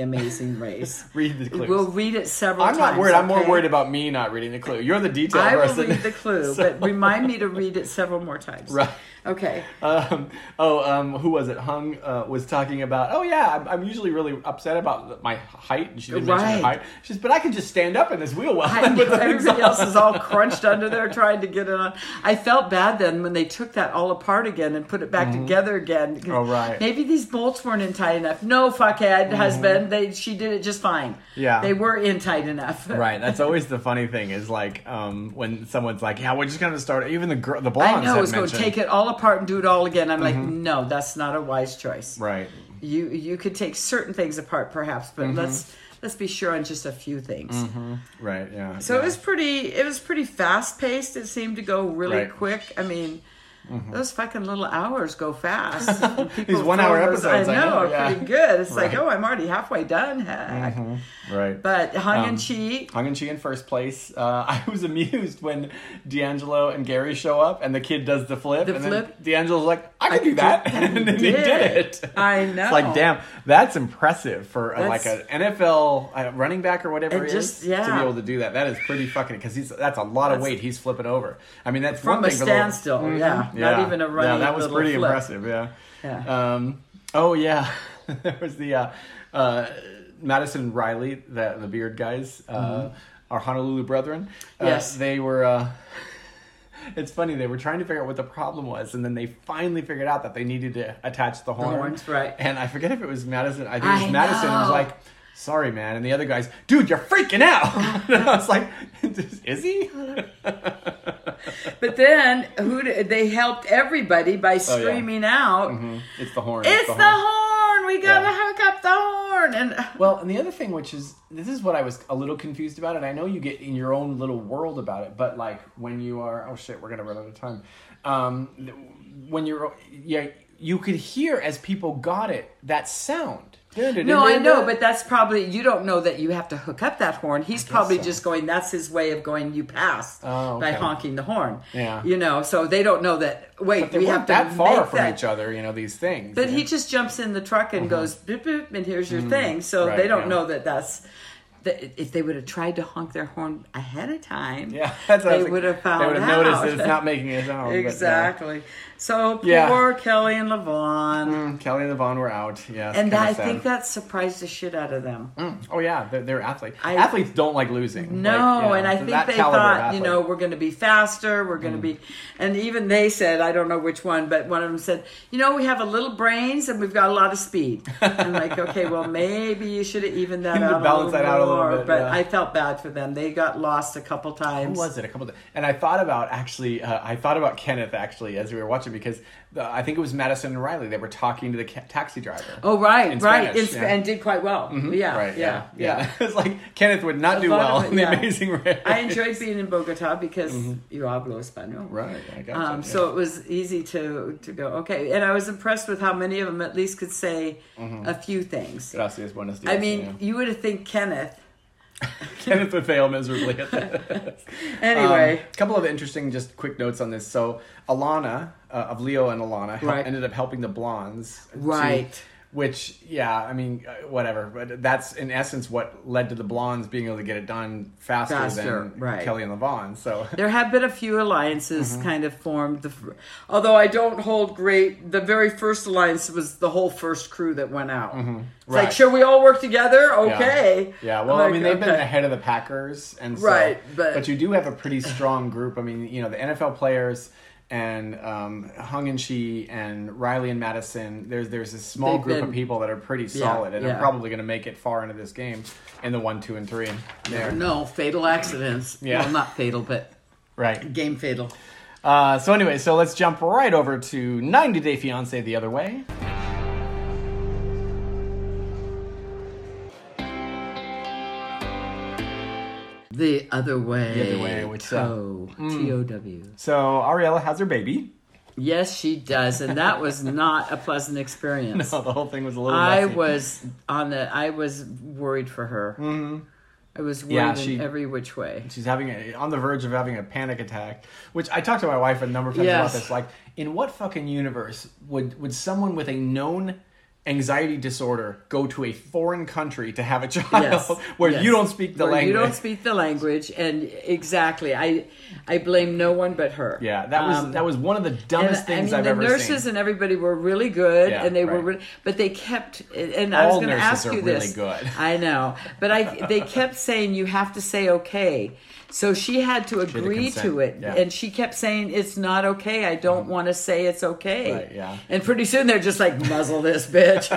Speaker 2: Amazing Race.
Speaker 1: clue. Read the clues.
Speaker 2: We'll read it several
Speaker 1: I'm
Speaker 2: times.
Speaker 1: not worried. I'm more
Speaker 2: okay?
Speaker 1: worried about me not reading the clue. You're the detail
Speaker 2: I will
Speaker 1: person.
Speaker 2: read the clue,
Speaker 1: So-
Speaker 2: but remind me to read it several more times.
Speaker 1: Right.
Speaker 2: Okay.
Speaker 1: Um, oh, um, who was it? Hung uh, was talking about. Oh yeah, I'm, I'm usually really upset about my height, and she didn't mention her
Speaker 2: Right.
Speaker 1: height. She says, but I can just stand up in this wheel well.
Speaker 2: I
Speaker 1: and
Speaker 2: know
Speaker 1: put the things
Speaker 2: everybody
Speaker 1: on."
Speaker 2: else is all crunched under there trying to get it on. I felt bad then when they took that all apart again and put it back together again. because
Speaker 1: Mm-hmm. Oh, right. Mm-hmm.
Speaker 2: Maybe these bolts weren't in tight enough. No, fuckhead husband. They she did it just fine.
Speaker 1: Yeah.
Speaker 2: they were in tight enough.
Speaker 1: Right. That's always the funny thing is like um, when someone's like, "Yeah, we're just gonna start." Even the girl, the blondes.
Speaker 2: I know
Speaker 1: had
Speaker 2: it's going to
Speaker 1: mentioned- Mm-hmm.
Speaker 2: take it all apart and do it all again. I'm like, no, that's not a wise choice.
Speaker 1: Right.
Speaker 2: You you could take certain things apart perhaps,
Speaker 1: Mm-hmm.
Speaker 2: but let's let's be sure on just a few things.
Speaker 1: Right. Yeah.
Speaker 2: So it was pretty. It was pretty fast paced. It seemed to go really
Speaker 1: Right. Mm-hmm.
Speaker 2: quick. I mean, those fucking little hours go fast.
Speaker 1: These
Speaker 2: People
Speaker 1: one-hour
Speaker 2: throw those-
Speaker 1: episodes,
Speaker 2: I
Speaker 1: I
Speaker 2: know,
Speaker 1: know,
Speaker 2: are
Speaker 1: yeah.
Speaker 2: pretty good. It's like,
Speaker 1: Right.
Speaker 2: oh, I'm already halfway done. heck.
Speaker 1: Right.
Speaker 2: But hung and
Speaker 1: Um,
Speaker 2: cheek.
Speaker 1: Hung and she in first place. Uh, I was amused when D'Angelo and Gary show up, and the kid does the flip.
Speaker 2: The
Speaker 1: and
Speaker 2: flip?
Speaker 1: Then D'Angelo's like, "I can
Speaker 2: I
Speaker 1: do that,"
Speaker 2: did-
Speaker 1: and then he
Speaker 2: did.
Speaker 1: did it.
Speaker 2: I know.
Speaker 1: It's like, damn, that's impressive for a, like
Speaker 2: That's-
Speaker 1: an NFL uh, running back or whatever
Speaker 2: And
Speaker 1: it is
Speaker 2: just-
Speaker 1: to
Speaker 2: yeah.
Speaker 1: be able to do that. That is pretty fucking because he's that's a lot of
Speaker 2: That's-
Speaker 1: weight he's flipping over. I mean, that's
Speaker 2: From
Speaker 1: one
Speaker 2: a
Speaker 1: thing for the little- Mm-hmm.
Speaker 2: standstill, yeah. Not even a running.
Speaker 1: Yeah, that was
Speaker 2: little
Speaker 1: pretty
Speaker 2: flip.
Speaker 1: impressive. Yeah.
Speaker 2: Yeah.
Speaker 1: Um, oh yeah, there was the uh, uh, Madison Riley, the the beard guys, uh, our Honolulu brethren. Uh,
Speaker 2: Mm-hmm. Yes.
Speaker 1: they were. Uh, it's funny they were trying to figure out what the problem was, and then they finally figured out that they needed to attach the horn.
Speaker 2: horns, right.
Speaker 1: And I forget if it was Madison. I think it was
Speaker 2: I
Speaker 1: Madison who was
Speaker 2: know.
Speaker 1: like. Sorry, man. And the other guy's, dude, you're freaking out. and I was like, is he?
Speaker 2: But then who did, they helped everybody by
Speaker 1: Oh, yeah.
Speaker 2: screaming out,
Speaker 1: It's the horn.
Speaker 2: "It's the horn! We gotta
Speaker 1: Yeah.
Speaker 2: hook up the horn!" And
Speaker 1: Well, and the other thing, which is this is what I was a little confused about, and I know you get in your own little world about it, but like when you are, oh shit, we're gonna run out of time. Um, th- when you're, yeah, you could hear as people got it that sound.
Speaker 2: No, I know, but that's probably you don't know that you have to hook up that horn. He's probably
Speaker 1: so.
Speaker 2: just going. That's his way of going. You passed
Speaker 1: Oh,
Speaker 2: by
Speaker 1: okay.
Speaker 2: honking the horn.
Speaker 1: Yeah.
Speaker 2: you know, so they don't know that. Wait,
Speaker 1: But they
Speaker 2: we
Speaker 1: weren't
Speaker 2: have to
Speaker 1: that far
Speaker 2: make
Speaker 1: from
Speaker 2: that.
Speaker 1: each other, you know these things.
Speaker 2: But
Speaker 1: you
Speaker 2: he
Speaker 1: know?
Speaker 2: just jumps in the truck and goes boop boop, and here's your thing. So
Speaker 1: Mm, Right,
Speaker 2: they don't
Speaker 1: yeah.
Speaker 2: know that that's. That if they would have tried to honk their horn ahead of time,
Speaker 1: yeah, that's what I
Speaker 2: they
Speaker 1: was like-
Speaker 2: would have found
Speaker 1: They would have
Speaker 2: out.
Speaker 1: noticed that it's not making a sound. but, yeah.
Speaker 2: exactly. So poor
Speaker 1: Yeah.
Speaker 2: Kelly and Levon,
Speaker 1: Mm, Kelly and Levon were out. Yeah, it's
Speaker 2: and
Speaker 1: kinda
Speaker 2: I
Speaker 1: sad.
Speaker 2: think that surprised the shit out of them.
Speaker 1: Oh yeah, they're, they're athletes.
Speaker 2: I-
Speaker 1: athletes don't like losing.
Speaker 2: No,
Speaker 1: Like, you know,
Speaker 2: and I
Speaker 1: so
Speaker 2: think
Speaker 1: that
Speaker 2: they
Speaker 1: caliber of
Speaker 2: thought, you
Speaker 1: athlete. Mm.
Speaker 2: know, we're going to be faster, we're going to be, and even they said, I don't know which one, but one of them said, you know, we have a little brains and we've got a lot of speed. I'm like, okay, well, maybe you should have evened that
Speaker 1: You need
Speaker 2: out.
Speaker 1: to balance that out a little
Speaker 2: more,
Speaker 1: bit,
Speaker 2: but
Speaker 1: yeah.
Speaker 2: I felt bad for them. They got lost a couple times.
Speaker 1: Who was it? A couple of, and I thought about actually, uh, I thought about Kenneth actually as we were watching because the, I think it was Madison and Riley that were talking to the ca- taxi driver.
Speaker 2: Oh right,
Speaker 1: In
Speaker 2: right,
Speaker 1: Spanish,
Speaker 2: in Sp-
Speaker 1: yeah.
Speaker 2: and did quite well. Yeah,
Speaker 1: Mm-hmm. right,
Speaker 2: yeah, yeah,
Speaker 1: yeah. it's like Kenneth would not do
Speaker 2: lot
Speaker 1: well
Speaker 2: of it,
Speaker 1: in the
Speaker 2: yeah.
Speaker 1: Amazing Race.
Speaker 2: I enjoyed being in Bogota because
Speaker 1: Mm-hmm.
Speaker 2: you hablo español.
Speaker 1: Right, I got
Speaker 2: Um, so it was easy to to go okay, and I was impressed with how many of them at least could say a few things.
Speaker 1: gracias, buenos dias.
Speaker 2: I mean,
Speaker 1: Mm-hmm. yeah.
Speaker 2: you would have think Kenneth.
Speaker 1: Kenneth would fail miserably at that.
Speaker 2: Anyway,
Speaker 1: a Um, couple of interesting, just quick notes on this. So Alana uh, of Leo and Alana hel-
Speaker 2: Right.
Speaker 1: ended up helping the blondes, to-
Speaker 2: Right.
Speaker 1: which, yeah, I mean, uh, whatever. But that's in essence what led to the blondes being able to get it done faster,
Speaker 2: Faster,
Speaker 1: than
Speaker 2: right.
Speaker 1: Kelly and Levon. So
Speaker 2: there have been a few alliances
Speaker 1: Mm-hmm.
Speaker 2: kind of formed. The, fir- although I don't hold great, the very first alliance was the whole first crew that went out. It's like,
Speaker 1: Mm-hmm. right.
Speaker 2: should we all work together? Okay.
Speaker 1: Yeah,
Speaker 2: I'm
Speaker 1: well,
Speaker 2: like,
Speaker 1: I mean, they've been
Speaker 2: okay.
Speaker 1: ahead of the Packers, and so,
Speaker 2: Right, but-
Speaker 1: you do have a pretty strong group. I mean, you know, the NFL players and um, Hung and Chi and Riley and Madison. There's there's a small
Speaker 2: They've
Speaker 1: group
Speaker 2: been-
Speaker 1: of people that are pretty solid and
Speaker 2: yeah.
Speaker 1: are probably going to make it far into this game in the one, two, and three. There,
Speaker 2: No, fatal accidents.
Speaker 1: Yeah.
Speaker 2: Well, not fatal, but
Speaker 1: right.
Speaker 2: game fatal.
Speaker 1: Uh, so anyway, so let's jump right over to 90 Day Fiance the other way.
Speaker 2: The other way.
Speaker 1: The other way, which, uh, mm.
Speaker 2: Toe. T-O-W.
Speaker 1: So Ariella has her baby.
Speaker 2: Yes, she does. And that was not a pleasant experience.
Speaker 1: So the whole thing was a little.
Speaker 2: I
Speaker 1: messy.
Speaker 2: was on the, I was worried for her. Mm-hmm. I was worried
Speaker 1: Yeah,
Speaker 2: in
Speaker 1: she-
Speaker 2: every which way.
Speaker 1: She's having a, on the verge of having a panic attack, which I talked to my wife a number of times
Speaker 2: Yes.
Speaker 1: about this. Like, in what fucking universe would would someone with a known anxiety disorder go to a foreign country to have a child
Speaker 2: Yes.
Speaker 1: where
Speaker 2: yes.
Speaker 1: you don't speak the
Speaker 2: Where
Speaker 1: language?
Speaker 2: You don't speak the language. And exactly. I, I blame no one but her.
Speaker 1: yeah, that was
Speaker 2: Um,
Speaker 1: that was one of the
Speaker 2: And,
Speaker 1: dumbest things
Speaker 2: I mean,
Speaker 1: I've
Speaker 2: the
Speaker 1: ever
Speaker 2: nurses
Speaker 1: seen.
Speaker 2: and everybody were really good,
Speaker 1: Yeah,
Speaker 2: and they were,
Speaker 1: right.
Speaker 2: really, but they kept. And I was
Speaker 1: All
Speaker 2: going to
Speaker 1: nurses
Speaker 2: ask
Speaker 1: are
Speaker 2: you
Speaker 1: really
Speaker 2: this.
Speaker 1: good.
Speaker 2: I know, but I they kept saying you have to say okay. So she had to
Speaker 1: to
Speaker 2: agree
Speaker 1: consent,
Speaker 2: to it,
Speaker 1: yeah. Mm-hmm.
Speaker 2: and she kept saying it's not okay. I don't want to say it's okay.
Speaker 1: Right, yeah.
Speaker 2: And pretty soon they're just like muzzle this bitch.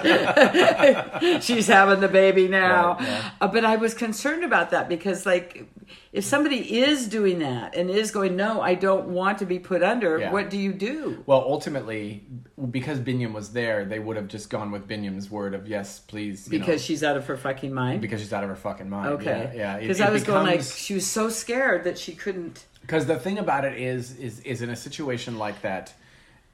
Speaker 2: She's having the baby now.
Speaker 1: Right, yeah.
Speaker 2: Uh, but I was concerned about that because, like, if somebody is doing that and is going, no, I don't want to be put under,
Speaker 1: Yeah.
Speaker 2: what do you do?
Speaker 1: well, ultimately, because Binyam was there, they would have just gone with Binyam's word of yes, please, you know,
Speaker 2: Because she's out of her fucking mind.
Speaker 1: because she's out of her fucking mind.
Speaker 2: okay.
Speaker 1: yeah, yeah. It-
Speaker 2: Because
Speaker 1: it
Speaker 2: I was going like
Speaker 1: becomes-
Speaker 2: she was so scared that she couldn't.
Speaker 1: because the thing about it is is is in a situation like that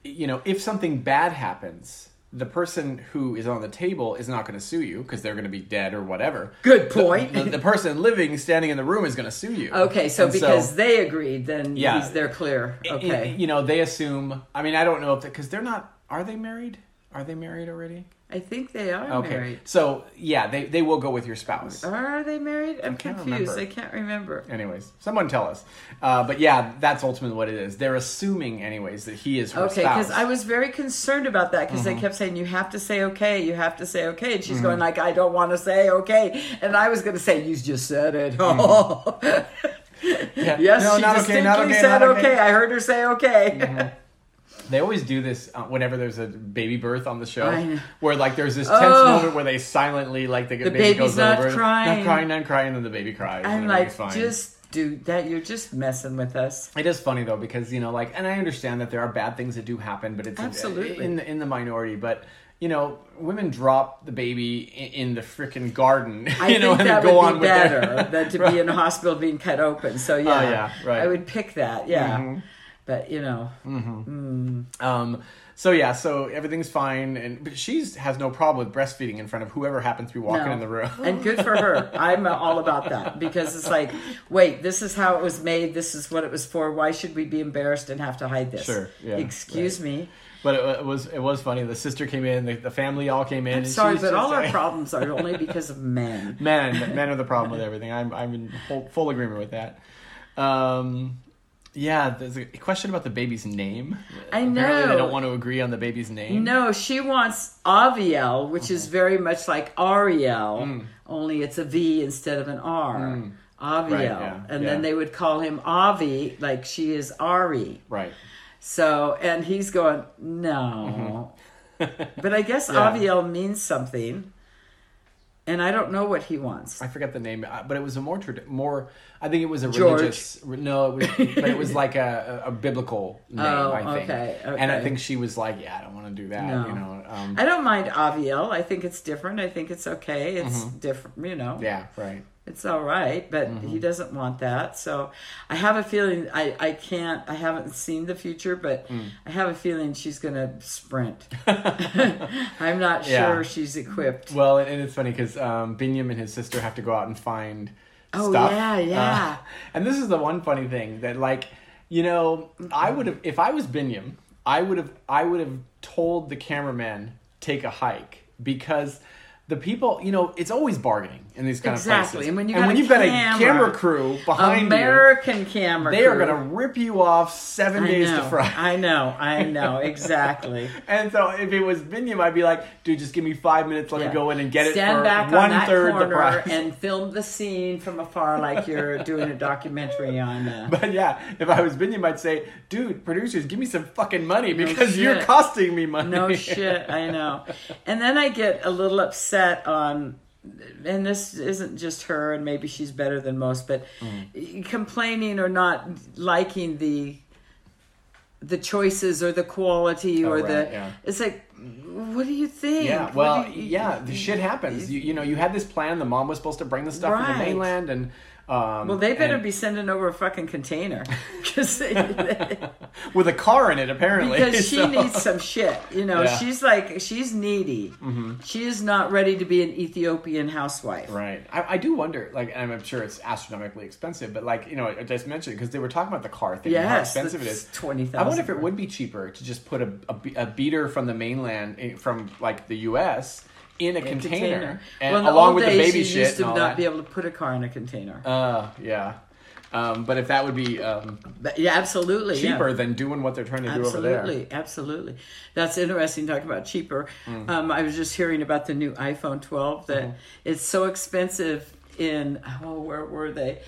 Speaker 1: you know if something bad happens the person who is on the table is not going to sue you because they're going to be dead or whatever
Speaker 2: Good
Speaker 1: The-
Speaker 2: point.
Speaker 1: the, the person living standing in the room is going to sue you
Speaker 2: Okay, so
Speaker 1: And
Speaker 2: because they agreed, then
Speaker 1: Yeah.
Speaker 2: he's, they're clear.
Speaker 1: i- i-
Speaker 2: Okay,
Speaker 1: you know they assume i mean i don't know if because they're not are they married are they married already
Speaker 2: I think they are
Speaker 1: okay
Speaker 2: married. Oh.
Speaker 1: so yeah they they will go with your spouse
Speaker 2: Are they married? I'm
Speaker 1: can't
Speaker 2: confused.
Speaker 1: remember.
Speaker 2: I can't remember.
Speaker 1: Anyways, someone tell us. Uh, but yeah, that's ultimately what it is. They're assuming, anyways, that he is her
Speaker 2: Okay,
Speaker 1: spouse. Mm-hmm.
Speaker 2: because I was very concerned about that because they kept saying you have to say okay, you have to say okay, and she's going like I don't want to say okay, and I was going to say you just said it. yes,
Speaker 1: Mm-hmm. No,
Speaker 2: she
Speaker 1: not okay,
Speaker 2: distinctly
Speaker 1: not okay,
Speaker 2: said
Speaker 1: not okay. Mm-hmm.
Speaker 2: okay. I heard her say okay.
Speaker 1: They always do this uh, whenever there's a baby birth on the show,
Speaker 2: I know.
Speaker 1: where like there's this tense
Speaker 2: Ugh.
Speaker 1: moment where they silently like the, baby
Speaker 2: baby's
Speaker 1: goes
Speaker 2: not
Speaker 1: over, not
Speaker 2: crying.
Speaker 1: crying, not crying, and then the baby cries.
Speaker 2: I'm
Speaker 1: and
Speaker 2: like,
Speaker 1: everything's fine.
Speaker 2: just do that. You're just messing with us.
Speaker 1: It is funny though because you know, like, and I understand that there are bad things that do happen, but it's
Speaker 2: Absolutely.
Speaker 1: in the, in the minority. But you know, women drop the baby in, in the freaking garden,
Speaker 2: I
Speaker 1: you know,
Speaker 2: think
Speaker 1: and
Speaker 2: that
Speaker 1: go
Speaker 2: would
Speaker 1: on
Speaker 2: be
Speaker 1: with their-
Speaker 2: better than to be in a hospital being cut open. So yeah,
Speaker 1: yeah, right. Mm-hmm.
Speaker 2: I would pick that. Yeah, but you know,
Speaker 1: Um, so yeah, so everything's fine, and but she's has no problem with breastfeeding in front of whoever happens to be walking
Speaker 2: No.
Speaker 1: in the room.
Speaker 2: and good for her. I'm all about that because it's like, wait, this is how it was made. This is what it was for. Why should we be embarrassed and have to hide this?
Speaker 1: Sure, yeah,
Speaker 2: Excuse me.
Speaker 1: But it, wa- it was it was funny. The sister came in, the, the family all came in. and she
Speaker 2: Sorry,
Speaker 1: was
Speaker 2: but
Speaker 1: just
Speaker 2: all our
Speaker 1: like-
Speaker 2: problems are only because of men.
Speaker 1: men men are the problem with everything. I'm I'm in whole, full agreement with that. Um, yeah, there's a question about the baby's name.
Speaker 2: I
Speaker 1: Apparently
Speaker 2: know.
Speaker 1: they don't want to agree on the baby's name.
Speaker 2: No, she wants Aviel, which is
Speaker 1: Mm-hmm.
Speaker 2: very much like Ariel, only it's a V instead of an R. Aviel.
Speaker 1: Mm. Right, yeah,
Speaker 2: and
Speaker 1: yeah.
Speaker 2: then they would call him Avi, like she is Ari.
Speaker 1: Right.
Speaker 2: So, and he's going,
Speaker 1: Mm-hmm.
Speaker 2: no. but I guess Aviel means something. and I don't know what he wants.
Speaker 1: I forget the name, uh, but it was a more tradi- more. I think it was a
Speaker 2: George.
Speaker 1: religious. re- No, it was, but it was like a, a a biblical name.
Speaker 2: Oh,
Speaker 1: I think.
Speaker 2: okay,
Speaker 1: And I
Speaker 2: okay.
Speaker 1: think she was like, "Yeah, I don't want to do that."
Speaker 2: No.
Speaker 1: You know. Um,
Speaker 2: I don't mind Aviel. I think it's different. I think it's okay. It's different, you know.
Speaker 1: Mm-hmm. yeah. Mm-hmm. Right.
Speaker 2: It's all right, but he doesn't want that. So I have a feeling I, I can't, I haven't seen the future, but
Speaker 1: Mm.
Speaker 2: I have a feeling she's going to sprint. I'm not
Speaker 1: Yeah.
Speaker 2: sure she's equipped.
Speaker 1: Well, and, and it's funny because um, Binyam and his sister have to go out and find
Speaker 2: Oh,
Speaker 1: stuff.
Speaker 2: yeah,
Speaker 1: Uh,
Speaker 2: yeah.
Speaker 1: and this is the one funny thing that, like, you know, I would have if I was Binyam, I would have I would have told the cameraman take a hike because the people, you know, it's always bargaining in these kind of
Speaker 2: Exactly.
Speaker 1: places.
Speaker 2: And when you got a
Speaker 1: have got a camera
Speaker 2: camera
Speaker 1: crew behind
Speaker 2: American camera.
Speaker 1: you, they are
Speaker 2: crew.
Speaker 1: going to rip you off seven
Speaker 2: I
Speaker 1: days
Speaker 2: know,
Speaker 1: to Friday.
Speaker 2: I know, I know, exactly.
Speaker 1: And so if it was Binyam, I'd be like, dude, just give me five minutes. Let
Speaker 2: Yeah.
Speaker 1: me go in and get it
Speaker 2: Stand
Speaker 1: for
Speaker 2: back on
Speaker 1: one
Speaker 2: that
Speaker 1: third the
Speaker 2: corner
Speaker 1: price.
Speaker 2: and film the scene from afar, like you're doing a documentary on. Uh,
Speaker 1: but yeah, if I was Binyam, I'd say, dude, producers, give me some fucking money because you're
Speaker 2: shit.
Speaker 1: costing me money.
Speaker 2: no shit, I know. And then I get a little upset on, and this isn't just her, and maybe she's better than most, but
Speaker 1: Mm.
Speaker 2: complaining or not liking the the choices or the quality or
Speaker 1: Oh, right,
Speaker 2: the
Speaker 1: yeah.
Speaker 2: it's like what do you think
Speaker 1: Yeah,
Speaker 2: What
Speaker 1: well,
Speaker 2: do you-
Speaker 1: yeah, the shit happens. You, you know, you had this plan. The mom was supposed to bring the stuff from the
Speaker 2: Right.
Speaker 1: mainland, and um,
Speaker 2: well they better
Speaker 1: and-
Speaker 2: be sending over a fucking container 'Cause they,
Speaker 1: with a car in it, apparently.
Speaker 2: because she
Speaker 1: So-
Speaker 2: needs some shit. You know,
Speaker 1: Yeah. Mm-hmm.
Speaker 2: she's like she's needy. She is not ready to be an Ethiopian housewife.
Speaker 1: Right. I, I do wonder, like, and I'm sure it's astronomically expensive, but like, you know, I just mentioned because they were talking about the car thing and how
Speaker 2: Yes,
Speaker 1: expensive it
Speaker 2: that's
Speaker 1: is. I wonder if
Speaker 2: $20,000.
Speaker 1: it would be cheaper to just put a, a, be- a beater from the mainland, eh, from like the U.S., in a container, and
Speaker 2: Well, in
Speaker 1: along
Speaker 2: old
Speaker 1: with the
Speaker 2: days,
Speaker 1: baby
Speaker 2: you
Speaker 1: shit
Speaker 2: used to
Speaker 1: and all
Speaker 2: not
Speaker 1: that.
Speaker 2: be able to put a car in a container.
Speaker 1: uh, yeah. Um, but if that would be um,
Speaker 2: but yeah, absolutely. yeah.
Speaker 1: cheaper than doing what they're trying to do over there.
Speaker 2: Absolutely, absolutely. That's interesting. Talking about cheaper.
Speaker 1: Mm.
Speaker 2: Um, I was just hearing about the new iPhone 12 that
Speaker 1: Mm-hmm.
Speaker 2: it's so expensive in oh where were they?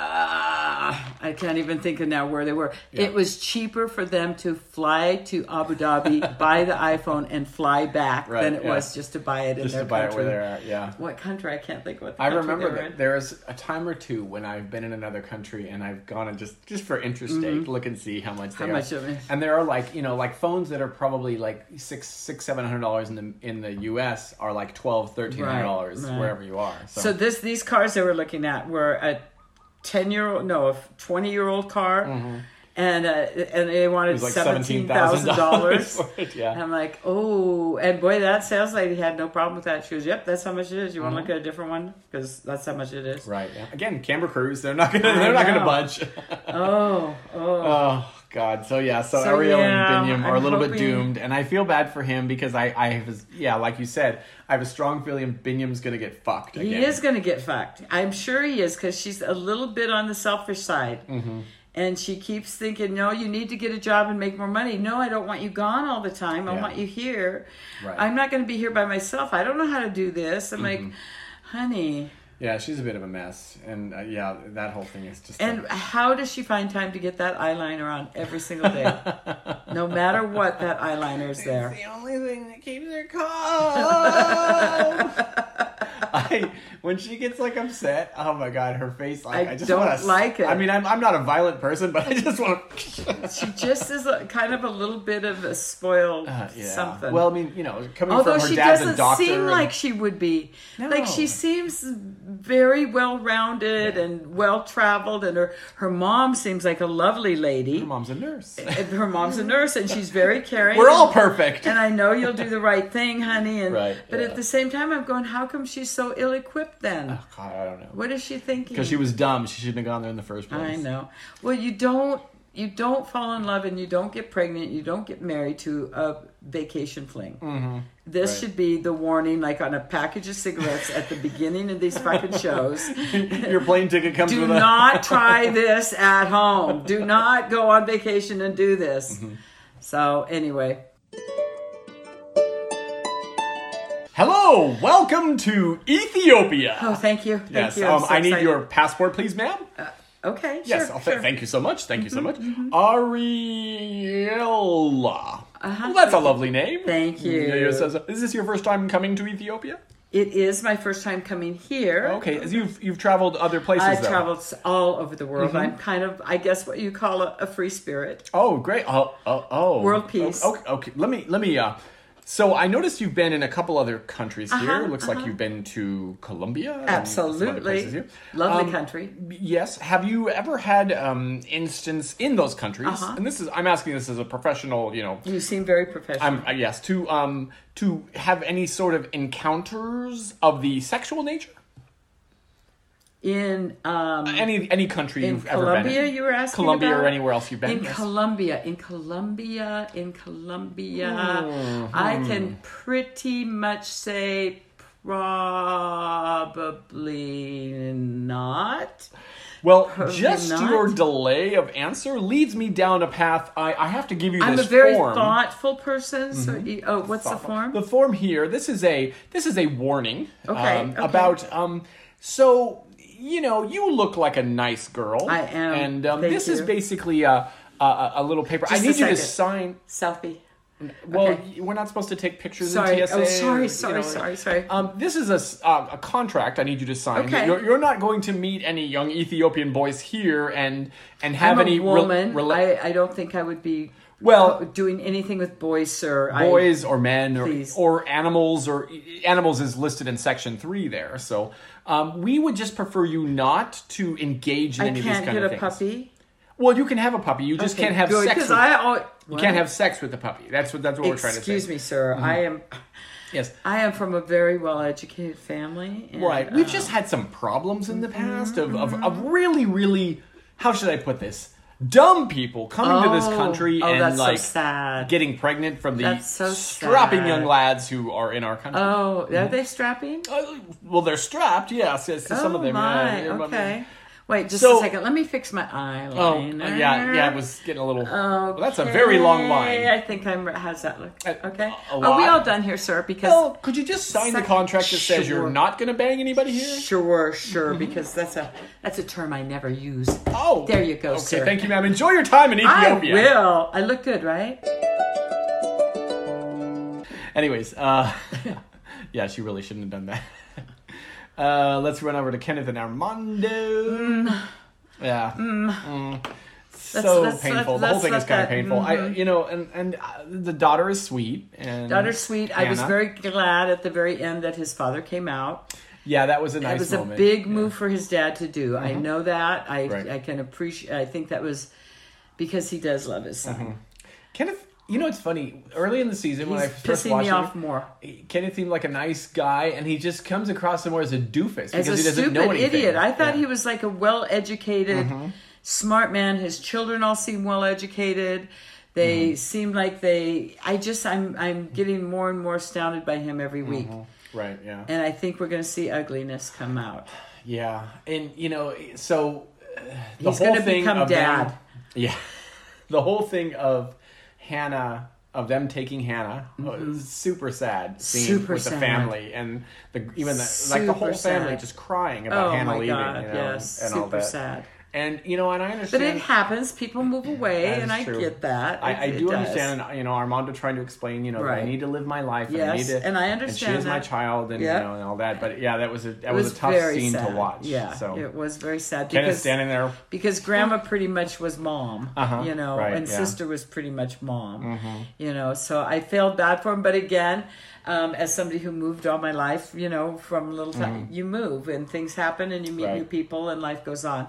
Speaker 2: Uh, I can't even think of now where they were. It was cheaper for them to fly to Abu Dhabi, buy the iPhone, and fly back
Speaker 1: Right,
Speaker 2: than it
Speaker 1: yeah.
Speaker 2: was just to buy it in
Speaker 1: Just
Speaker 2: their
Speaker 1: to buy it
Speaker 2: country.
Speaker 1: where they're at, yeah.
Speaker 2: What country? I can't think what. The
Speaker 1: I
Speaker 2: country they
Speaker 1: remember
Speaker 2: were in.
Speaker 1: that there is a time or two when I've been in another country and I've gone and just just for interest sake look and see how much they
Speaker 2: Mm-hmm. How
Speaker 1: are.
Speaker 2: much of it?
Speaker 1: And there are like you know like phones that are probably like six six seven hundred dollars in the in the U.S. are like twelve thirteen hundred dollars
Speaker 2: Right, right.
Speaker 1: wherever you are. So,
Speaker 2: So this these cars they were looking at were a ten year old no a twenty year old car, and uh, and they wanted
Speaker 1: Mm-hmm. was like
Speaker 2: seventeen thousand
Speaker 1: $17,000
Speaker 2: dollars.
Speaker 1: for it, yeah.
Speaker 2: I'm like, oh, and boy, that sales lady had no problem with that. She goes, "Yep, that's how much it is. You want
Speaker 1: Mm-hmm.
Speaker 2: to look at a different one because that's how much it is."
Speaker 1: right yeah. again, camera crews they're not gonna they're not
Speaker 2: know.
Speaker 1: gonna budge.
Speaker 2: Oh, oh,
Speaker 1: Oh God! So yeah, so,
Speaker 2: So,
Speaker 1: Ariel
Speaker 2: yeah,
Speaker 1: and Binyam are a
Speaker 2: I'm
Speaker 1: little bit
Speaker 2: hoping-
Speaker 1: doomed, and I feel bad for him because I, I have, yeah, like you said, I have a strong feeling Binyam's gonna get fucked. Again.
Speaker 2: he is gonna get fucked. I'm sure he is because she's a little bit on the selfish side.
Speaker 1: Mm-hmm.
Speaker 2: And she keeps thinking, no, you need to get a job and make more money. No, I don't want you gone all the time. I
Speaker 1: Yeah.
Speaker 2: want you here.
Speaker 1: Right.
Speaker 2: I'm not going to be here by myself. I don't know how to do this. I'm like,
Speaker 1: Mm-hmm.
Speaker 2: honey.
Speaker 1: Yeah, she's a bit of a mess, and uh, yeah, that whole thing is just.
Speaker 2: And how does she find time to get that eyeliner on every single day? no matter what, that eyeliner is there.
Speaker 1: the only thing that keeps her calm. I when she gets like upset, oh my god, her face like
Speaker 2: I
Speaker 1: I, just
Speaker 2: don't
Speaker 1: want to
Speaker 2: like it.
Speaker 1: I mean, I'm I'm not a violent person, but I just want.
Speaker 2: She just is a, kind of a little bit of a spoiled
Speaker 1: Uh, yeah.
Speaker 2: something.
Speaker 1: Well, I mean, you know, coming
Speaker 2: Although
Speaker 1: from her
Speaker 2: she
Speaker 1: dad's a
Speaker 2: doesn't
Speaker 1: doctor.
Speaker 2: seem
Speaker 1: and-
Speaker 2: like she would be. Like she
Speaker 1: No.
Speaker 2: seems very well rounded and well traveled, and her her mom seems like a lovely lady.
Speaker 1: Her mom's a nurse.
Speaker 2: And her mom's a nurse, and she's very caring.
Speaker 1: We're all perfect.
Speaker 2: And I know you'll do the right thing, honey. And
Speaker 1: Right,
Speaker 2: but
Speaker 1: yeah.
Speaker 2: at the same time, I'm going, how come she's so ill equipped then?
Speaker 1: Oh, God, I don't know.
Speaker 2: What is she thinking?
Speaker 1: Because she was dumb. She shouldn't have gone there in the first
Speaker 2: I
Speaker 1: place.
Speaker 2: know. Well, you don't you don't fall in love and you don't get pregnant. You don't get married to a vacation fling. This
Speaker 1: Mm-hmm. Right.
Speaker 2: should be the warning, like on a package of cigarettes at the beginning of these fucking shows.
Speaker 1: Your plane ticket comes
Speaker 2: Do
Speaker 1: with a.
Speaker 2: not try this at home. Do not go on vacation and do this.
Speaker 1: Mm-hmm.
Speaker 2: So anyway,
Speaker 1: Hello, welcome to Ethiopia.
Speaker 2: oh, thank you. Thank
Speaker 1: Yes,
Speaker 2: you. I'm
Speaker 1: um,
Speaker 2: so
Speaker 1: I need
Speaker 2: excited.
Speaker 1: your passport, please, ma'am.
Speaker 2: okay.
Speaker 1: yes,
Speaker 2: sure,
Speaker 1: I'll
Speaker 2: sure.
Speaker 1: th- thank you so much. Thank you so much. Ariella.
Speaker 2: Uh-huh.
Speaker 1: Well, that's a Mm, lovely name.
Speaker 2: Thank you.
Speaker 1: Yeah, yeah, so- so- Is this your first time coming to Ethiopia?
Speaker 2: It is my first time coming here.
Speaker 1: Okay, uh, as you've you've traveled other places.
Speaker 2: I've
Speaker 1: though.
Speaker 2: Uh-huh. traveled s- all over the
Speaker 1: Mm-hmm.
Speaker 2: world. I'm kind of, I guess, what you call a, a free spirit.
Speaker 1: Oh, great! Oh, oh, oh.
Speaker 2: World peace.
Speaker 1: Okay, okay. Let me let me. Uh, so I noticed you've been in a couple other countries
Speaker 2: Uh-huh,
Speaker 1: here. Looks like you've been to Colombia. and some other places
Speaker 2: Absolutely,
Speaker 1: here.
Speaker 2: lovely
Speaker 1: Um,
Speaker 2: country.
Speaker 1: Yes. Have you ever had um, instance in those countries?
Speaker 2: Uh-huh.
Speaker 1: And this is I'm asking this as a professional. You know,
Speaker 2: You seem very professional.
Speaker 1: I'm uh, yes to um to have any sort of encounters of the sexual nature.
Speaker 2: in um,
Speaker 1: Any any country
Speaker 2: in
Speaker 1: you've ever been
Speaker 2: Colombia,
Speaker 1: in.
Speaker 2: you were asking
Speaker 1: Colombia
Speaker 2: about?
Speaker 1: or anywhere else you've been.
Speaker 2: in
Speaker 1: Yes.
Speaker 2: Colombia, in Colombia, in Colombia,
Speaker 1: Hmm.
Speaker 2: I can pretty much say probably not.
Speaker 1: Well,
Speaker 2: Probably
Speaker 1: just
Speaker 2: not.
Speaker 1: your delay of answer leads me down a path. I, I have to give you this
Speaker 2: I'm a very
Speaker 1: form. Mm-hmm.
Speaker 2: thoughtful person. So, you- oh, what's the form?
Speaker 1: The form here. This is a this is a warning
Speaker 2: Okay,
Speaker 1: um,
Speaker 2: okay.
Speaker 1: about um. So you know you look like a nice girl.
Speaker 2: I am.
Speaker 1: and um,
Speaker 2: Thank
Speaker 1: this is
Speaker 2: you.
Speaker 1: basically a a, a little paper.
Speaker 2: Just
Speaker 1: I
Speaker 2: a
Speaker 1: need you to
Speaker 2: second.
Speaker 1: sign.
Speaker 2: Selfie.
Speaker 1: Mm-hmm. Well,
Speaker 2: Okay.
Speaker 1: y- we're not supposed to take pictures
Speaker 2: Sorry.
Speaker 1: in
Speaker 2: Oh,
Speaker 1: TSA.
Speaker 2: sorry,
Speaker 1: or, you
Speaker 2: sorry,
Speaker 1: know,
Speaker 2: sorry, sorry.
Speaker 1: Um, this is a, s- uh, a contract I need you to sign.
Speaker 2: Okay.
Speaker 1: You're, you're not going to meet any young Ethiopian boys here and and have
Speaker 2: I'm
Speaker 1: any
Speaker 2: a woman.
Speaker 1: rela-
Speaker 2: I, I don't think I would be
Speaker 1: Well-
Speaker 2: doing anything with boys, sir. I-
Speaker 1: boys or men or,
Speaker 2: Please.
Speaker 1: or animals or animals is listed in section three there. So um, we would just prefer you not to engage in
Speaker 2: I,
Speaker 1: any of
Speaker 2: can't
Speaker 1: these kind
Speaker 2: hit
Speaker 1: of
Speaker 2: a
Speaker 1: things.
Speaker 2: puppy.
Speaker 1: Well, you can have a puppy. You just
Speaker 2: Okay,
Speaker 1: can't have
Speaker 2: good,
Speaker 1: sex.
Speaker 2: 'cause
Speaker 1: With,
Speaker 2: I al-
Speaker 1: you can't have sex with the puppy. That's what that's what we're trying to say. Mm-hmm.
Speaker 2: Excuse me, sir. I am.
Speaker 1: Yes.
Speaker 2: I am from a very well-educated family. And,
Speaker 1: Right. We've just had some problems in the past of, of, of really, really, how should I put this? Dumb people coming to this
Speaker 2: Oh.
Speaker 1: country
Speaker 2: Oh,
Speaker 1: and
Speaker 2: that's so
Speaker 1: like
Speaker 2: sad.
Speaker 1: getting pregnant from the
Speaker 2: That's so
Speaker 1: strapping
Speaker 2: sad.
Speaker 1: young lads who are in our country.
Speaker 2: Oh, are
Speaker 1: Mm-hmm.
Speaker 2: they strapping?
Speaker 1: Uh, well, they're strapped, yes. yes some
Speaker 2: oh
Speaker 1: of them,
Speaker 2: my.
Speaker 1: yeah. yeah, but-
Speaker 2: okay. Wait, just
Speaker 1: So-
Speaker 2: a second. Let me fix my eyeliner.
Speaker 1: Oh, yeah, yeah, it was getting a little. Well, that's a very long line.
Speaker 2: Okay, I think I'm. How's that look?
Speaker 1: A-
Speaker 2: Okay.
Speaker 1: a
Speaker 2: Are we
Speaker 1: lot.
Speaker 2: all done here, sir? Because
Speaker 1: Well, could you just sign the
Speaker 2: Sec-
Speaker 1: contract that says
Speaker 2: Sure.
Speaker 1: you're not going to bang anybody here?
Speaker 2: sure, sure. Because that's a that's a term I never use.
Speaker 1: Mm-hmm. Oh,
Speaker 2: There you go,
Speaker 1: Okay,
Speaker 2: sir.
Speaker 1: thank you, ma'am. Enjoy your time in
Speaker 2: I
Speaker 1: Ethiopia.
Speaker 2: will. I look good, right?
Speaker 1: Mm-hmm. Anyways, uh, yeah, she really shouldn't have done that. Uh, let's run over to Kenneth and Armando. Yeah. Mm. So
Speaker 2: let's-
Speaker 1: painful.
Speaker 2: let's-
Speaker 1: the whole
Speaker 2: let's
Speaker 1: thing is
Speaker 2: let
Speaker 1: kind of
Speaker 2: that- Mm-hmm.
Speaker 1: painful. I, you know, and and uh, the daughter is sweet. And
Speaker 2: Daughter sweet. I was
Speaker 1: Anna.
Speaker 2: very glad at the very end that his father came out.
Speaker 1: Yeah, that was a nice.
Speaker 2: It was a
Speaker 1: moment. Mm-hmm.
Speaker 2: big move for his dad to do. I know that. I
Speaker 1: Right.
Speaker 2: I can appreciate. I think that was because he does love his son.
Speaker 1: Mm-hmm. Kenneth, you know, it's funny. Early in the season, when I
Speaker 2: He's
Speaker 1: first
Speaker 2: pissing
Speaker 1: watched
Speaker 2: me
Speaker 1: him,
Speaker 2: off more.
Speaker 1: he- Kenneth seemed like a nice guy, and he just comes across more as a doofus
Speaker 2: As
Speaker 1: because
Speaker 2: a
Speaker 1: he doesn't
Speaker 2: stupid
Speaker 1: know anything.
Speaker 2: idiot, I thought
Speaker 1: Yeah. Mm-hmm.
Speaker 2: he was like a well-educated, smart man. His children all seem well-educated.
Speaker 1: Mm-hmm.
Speaker 2: They seem like they. I just I'm I'm getting more and more astounded by him every week,
Speaker 1: Mm-hmm. Right. Yeah.
Speaker 2: and I think we're going to see ugliness come out.
Speaker 1: Yeah, and you know, so uh, the
Speaker 2: He's
Speaker 1: whole
Speaker 2: gonna
Speaker 1: thing
Speaker 2: become
Speaker 1: of them-
Speaker 2: dad.
Speaker 1: yeah, the whole thing of Hannah of them taking Hannah was super sad. Scene
Speaker 2: Mm-hmm. Super
Speaker 1: with
Speaker 2: sad.
Speaker 1: the family and the even the, like the whole
Speaker 2: Super
Speaker 1: family
Speaker 2: sad.
Speaker 1: just crying about
Speaker 2: Oh
Speaker 1: Hannah
Speaker 2: my
Speaker 1: leaving.
Speaker 2: god!
Speaker 1: you know,
Speaker 2: yes,
Speaker 1: and
Speaker 2: super
Speaker 1: all that.
Speaker 2: sad.
Speaker 1: And you know, and I
Speaker 2: But
Speaker 1: understand.
Speaker 2: it happens. People move away,
Speaker 1: That is
Speaker 2: and I
Speaker 1: true.
Speaker 2: get that.
Speaker 1: I, I
Speaker 2: It- it
Speaker 1: do
Speaker 2: does.
Speaker 1: understand, you know, Armando trying to explain, you know, that
Speaker 2: Right.
Speaker 1: I need to live my life. and I
Speaker 2: Yes,
Speaker 1: need to,
Speaker 2: and I
Speaker 1: And
Speaker 2: understand
Speaker 1: she is my
Speaker 2: that.
Speaker 1: child, and
Speaker 2: Yeah.
Speaker 1: you know, and all that. But yeah, that was a that
Speaker 2: It
Speaker 1: was, a tough
Speaker 2: very
Speaker 1: scene to
Speaker 2: sad.
Speaker 1: watch.
Speaker 2: Yeah,
Speaker 1: so
Speaker 2: it was very sad
Speaker 1: Kenneth
Speaker 2: because
Speaker 1: standing there
Speaker 2: because Grandma pretty much was mom,
Speaker 1: Uh-huh,
Speaker 2: you know,
Speaker 1: right,
Speaker 2: and
Speaker 1: yeah. Mm-hmm.
Speaker 2: Sister was pretty much mom, you know. So I felt bad for him, but again, um, as somebody who moved all my life, you know, from little time, you move and things happen, and you meet
Speaker 1: Mm-hmm. Right.
Speaker 2: new
Speaker 1: Mm-hmm.
Speaker 2: people, and life goes on.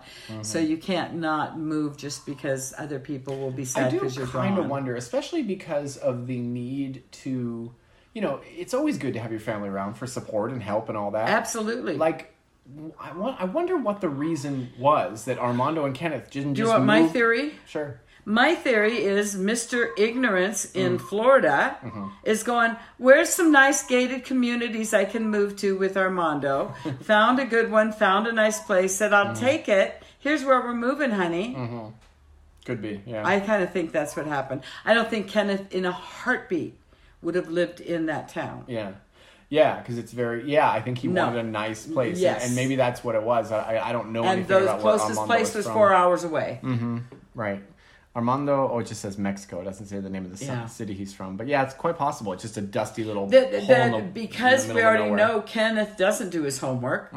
Speaker 2: So you can't not move just because other people will be
Speaker 1: I
Speaker 2: sad
Speaker 1: do
Speaker 2: because you're
Speaker 1: kind of
Speaker 2: gone.
Speaker 1: wonder, especially because of the need to, you know, it's always good to have your family around for support and help and all that.
Speaker 2: Absolutely,
Speaker 1: Like, I, wa- I wonder what the reason was that Armando and Kenneth didn't
Speaker 2: do you
Speaker 1: just.
Speaker 2: want my
Speaker 1: move-
Speaker 2: theory?
Speaker 1: Sure.
Speaker 2: My theory is Mr. Ignorance in
Speaker 1: Mm.
Speaker 2: Florida
Speaker 1: Mm-hmm.
Speaker 2: is going, Where's some nice gated communities I can move to with Armando? found a good one, found a nice place, said, I'll
Speaker 1: Mm.
Speaker 2: take it. Here's where we're moving, honey.
Speaker 1: Mm-hmm. Could be. Yeah.
Speaker 2: I kind of think that's what happened. I don't think Kenneth, in a heartbeat, would have lived in that town.
Speaker 1: yeah. Yeah, because it's very. Yeah, I think he
Speaker 2: No.
Speaker 1: wanted a nice place. and-
Speaker 2: Yes.
Speaker 1: And, maybe that's what it was. I, I I don't know
Speaker 2: and
Speaker 1: anything
Speaker 2: the
Speaker 1: about where
Speaker 2: closest
Speaker 1: Armando
Speaker 2: place
Speaker 1: was
Speaker 2: was
Speaker 1: from.
Speaker 2: four hours away.
Speaker 1: Right. Armando, oh, it just says Mexico. It doesn't say the name of the ci-
Speaker 2: Yeah.
Speaker 1: city he's from. But yeah, it's quite possible. It's just a dusty little
Speaker 2: That,
Speaker 1: hole
Speaker 2: that-
Speaker 1: in the,
Speaker 2: because
Speaker 1: in the
Speaker 2: we
Speaker 1: middle of
Speaker 2: already
Speaker 1: nowhere. Mm.
Speaker 2: know Kenneth doesn't do his homework.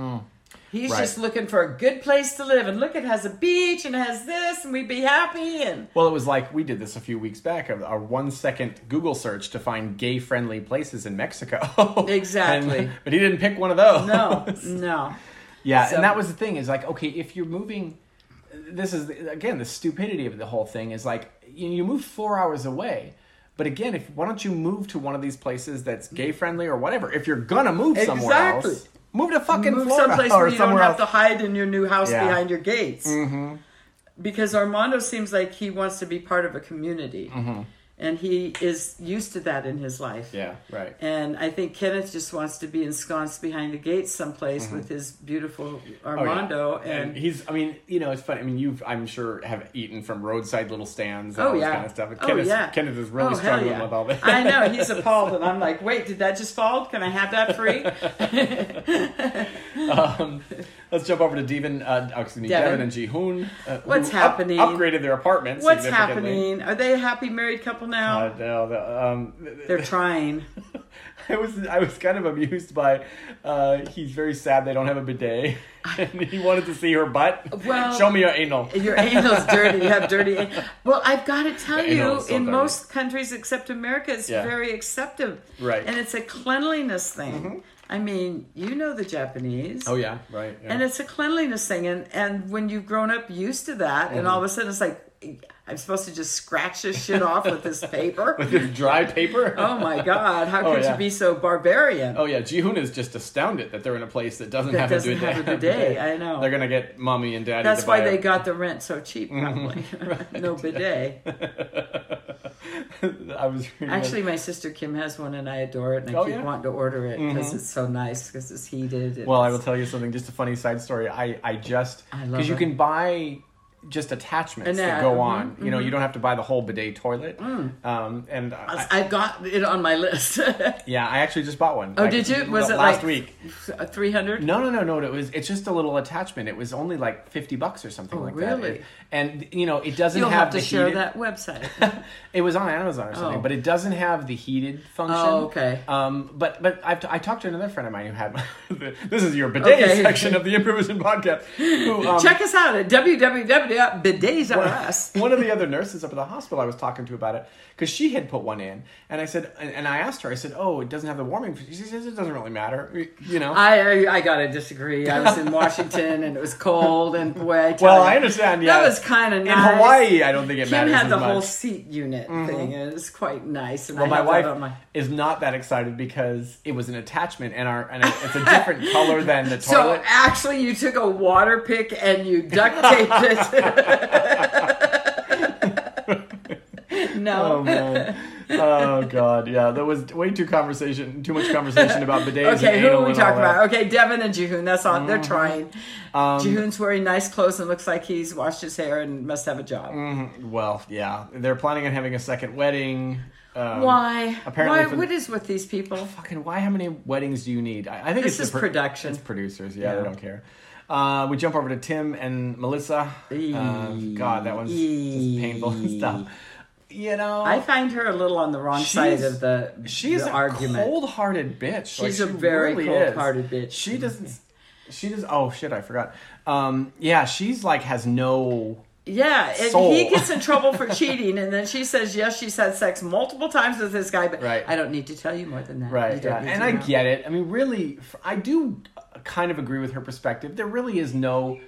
Speaker 2: He's
Speaker 1: right.
Speaker 2: just looking for a good place to live, and look, it has a beach and it has this, and we'd be happy. And
Speaker 1: Well, it was like we did this a few weeks back of our one second Google search to find gay friendly places in Mexico. And-
Speaker 2: Exactly.
Speaker 1: but he didn't pick one of those.
Speaker 2: no, no,
Speaker 1: Yeah,
Speaker 2: So-
Speaker 1: and that was the thing is like, okay, if you're moving, this is again the stupidity of the whole thing is like you, you move four hours away. But again, if why don't you move to one of these places that's gay friendly or whatever? If you're gonna move somewhere
Speaker 2: Exactly.
Speaker 1: else, move to fucking
Speaker 2: move
Speaker 1: Florida
Speaker 2: someplace
Speaker 1: or
Speaker 2: where you don't
Speaker 1: somewhere
Speaker 2: have to
Speaker 1: else.
Speaker 2: hide in your new house
Speaker 1: Yeah. Mm-hmm.
Speaker 2: behind your gates. Because Armando seems like he wants to be part of a community, and he is used to that in his life.
Speaker 1: Mm-hmm. Yeah, right.
Speaker 2: And I think Kenneth just wants to be ensconced behind the gates someplace with his beautiful
Speaker 1: Mm-hmm. Oh, yeah.
Speaker 2: Armando.
Speaker 1: and
Speaker 2: And,
Speaker 1: he's. I mean, you know, it's funny. I mean, you've. I'm sure have eaten from roadside little stands. And
Speaker 2: oh
Speaker 1: all this
Speaker 2: yeah,
Speaker 1: kind of stuff. And
Speaker 2: oh
Speaker 1: Kenneth,
Speaker 2: yeah,
Speaker 1: Kenneth is
Speaker 2: Oh,
Speaker 1: really
Speaker 2: hell
Speaker 1: struggling
Speaker 2: yeah.
Speaker 1: with all this.
Speaker 2: I know he's appalled, and I'm like, wait, did that just fall? Can I have that free?
Speaker 1: um, let's jump over to Devin. Uh, oh, excuse me,
Speaker 2: Devin.
Speaker 1: Devin, and Jihoon. Uh, who
Speaker 2: What's
Speaker 1: up-
Speaker 2: happening?
Speaker 1: upgraded their apartment.
Speaker 2: What's
Speaker 1: significantly.
Speaker 2: happening? Are they a happy married couple now?
Speaker 1: Uh, no, the, um,
Speaker 2: They're trying.
Speaker 1: I was I was kind of amused by. Uh, he's very sad they don't have a bidet, and he wanted to see her butt.
Speaker 2: Well-
Speaker 1: show me your anal.
Speaker 2: Your anal's dirty. You have dirty. an- Well, I've got to tell you,
Speaker 1: Anal is so
Speaker 2: in
Speaker 1: dirty.
Speaker 2: most countries except America, it's
Speaker 1: Yeah.
Speaker 2: very accepted.
Speaker 1: Right. Mm-hmm.
Speaker 2: And it's a cleanliness thing. I mean, you know the Japanese.
Speaker 1: Oh yeah, right. yeah.
Speaker 2: And it's a cleanliness thing. And, and when you've grown up used to that,
Speaker 1: Mm-hmm.
Speaker 2: and all of a sudden it's like, I'm supposed to just scratch this shit off with this paper?
Speaker 1: with your dry paper.
Speaker 2: Oh my God, how
Speaker 1: Oh,
Speaker 2: could
Speaker 1: yeah.
Speaker 2: you be so barbarian?
Speaker 1: Oh yeah, Jihoon is just astounded that they're in a place that doesn't
Speaker 2: That
Speaker 1: have
Speaker 2: doesn't
Speaker 1: a bidet.
Speaker 2: have a bidet, I know.
Speaker 1: They're gonna get mommy and daddy.
Speaker 2: That's
Speaker 1: to
Speaker 2: why
Speaker 1: buy Mm-hmm.
Speaker 2: they
Speaker 1: a-
Speaker 2: got the rent so cheap, probably. no bidet.
Speaker 1: I was reading
Speaker 2: Actually, my sister Kim has one, and I adore it, and I
Speaker 1: Oh,
Speaker 2: keep
Speaker 1: yeah? Mm-hmm.
Speaker 2: wanting to order it because it's so nice because it's heated. And
Speaker 1: Well, I will
Speaker 2: it's-
Speaker 1: tell you something. Just a funny side story. I I just
Speaker 2: I love
Speaker 1: because you
Speaker 2: it.
Speaker 1: can buy just attachments
Speaker 2: And
Speaker 1: that
Speaker 2: that,
Speaker 1: go
Speaker 2: mhm,
Speaker 1: on. You know, you don't have to buy the whole bidet toilet.
Speaker 2: Mm.
Speaker 1: Um, and I,
Speaker 2: I've got it on my list.
Speaker 1: yeah, I actually just bought one.
Speaker 2: oh, did you? Was it
Speaker 1: last
Speaker 2: like
Speaker 1: week?
Speaker 2: Three hundred.
Speaker 1: No, no, no, no. It was. It's just a little attachment. It was only like fifty bucks or something like that.
Speaker 2: Oh, really?
Speaker 1: It- and you know, it doesn't
Speaker 2: You'll
Speaker 1: have,
Speaker 2: have to
Speaker 1: the
Speaker 2: share
Speaker 1: heated-
Speaker 2: that website.
Speaker 1: it was on Amazon or something,
Speaker 2: Oh.
Speaker 1: but it doesn't have the heated function.
Speaker 2: Oh, okay.
Speaker 1: Um, but but I've t- I talked to another friend of mine who had this is your bidet
Speaker 2: Okay.
Speaker 1: section of the Improvisation podcast. Who, um,
Speaker 2: Check us out at www.bidets.us.
Speaker 1: one of the other nurses up at the hospital I was talking to about it because she had put one in, and I said and, and I asked her I said oh it doesn't have the warming. She says it doesn't really matter. You know.
Speaker 2: I I gotta disagree. I was in Washington and it was cold and boy. I tell
Speaker 1: well,
Speaker 2: you,
Speaker 1: I understand. Yeah,
Speaker 2: that was kind of
Speaker 1: in
Speaker 2: nice.
Speaker 1: Hawaii. I don't think it
Speaker 2: Kim
Speaker 1: matters
Speaker 2: had
Speaker 1: as
Speaker 2: the
Speaker 1: much. Mm-hmm.
Speaker 2: whole seat unit thing, and it's quite nice. And
Speaker 1: Well,
Speaker 2: I
Speaker 1: my
Speaker 2: have that
Speaker 1: wife
Speaker 2: on my-
Speaker 1: is not that excited because it was an attachment, and our and it's a different color than the
Speaker 2: So
Speaker 1: toilet.
Speaker 2: actually, you took a water pick and you duct taped it. no.
Speaker 1: Oh man. Oh god, yeah. That was way too conversation, too much conversation about bidets.
Speaker 2: okay,
Speaker 1: and
Speaker 2: who
Speaker 1: anal
Speaker 2: are we
Speaker 1: and
Speaker 2: talking
Speaker 1: all that. Mm-hmm.
Speaker 2: about? Okay, Devin and Jihoon. That's all. They're trying.
Speaker 1: Um,
Speaker 2: Jihoon's wearing nice clothes and looks like he's washed his hair and must have a job.
Speaker 1: Mm. Well, yeah, they're planning on having a second wedding. Um,
Speaker 2: Why?
Speaker 1: Apparently,
Speaker 2: Why?
Speaker 1: for-
Speaker 2: What is with these people?
Speaker 1: fucking why? How many weddings do you need? I, I think
Speaker 2: This
Speaker 1: it's
Speaker 2: is
Speaker 1: the
Speaker 2: production.
Speaker 1: It's producers. Yeah,
Speaker 2: Yeah.
Speaker 1: they don't care. Uh, we jump over to Tim and Melissa. Um, God, that one's just painful and stuff. You know,
Speaker 2: I find her a little on the wrong side
Speaker 1: She's-
Speaker 2: of the,
Speaker 1: She's
Speaker 2: the
Speaker 1: a
Speaker 2: argument.
Speaker 1: cold-hearted bitch.
Speaker 2: She's a very cold-hearted bitch.
Speaker 1: She doesn't. She does. Oh shit! I forgot. Um, yeah, she's like has no.
Speaker 2: Yeah, and
Speaker 1: soul.
Speaker 2: he gets in trouble for cheating, and then she says, "Yes, she's had sex multiple times with this guy, but
Speaker 1: Right.
Speaker 2: I don't need to tell you more than that." You
Speaker 1: Right.
Speaker 2: don't
Speaker 1: yeah.
Speaker 2: need
Speaker 1: And
Speaker 2: to
Speaker 1: I
Speaker 2: know.
Speaker 1: get it. I mean, really, f- I do uh, kind of agree with her perspective. There really is no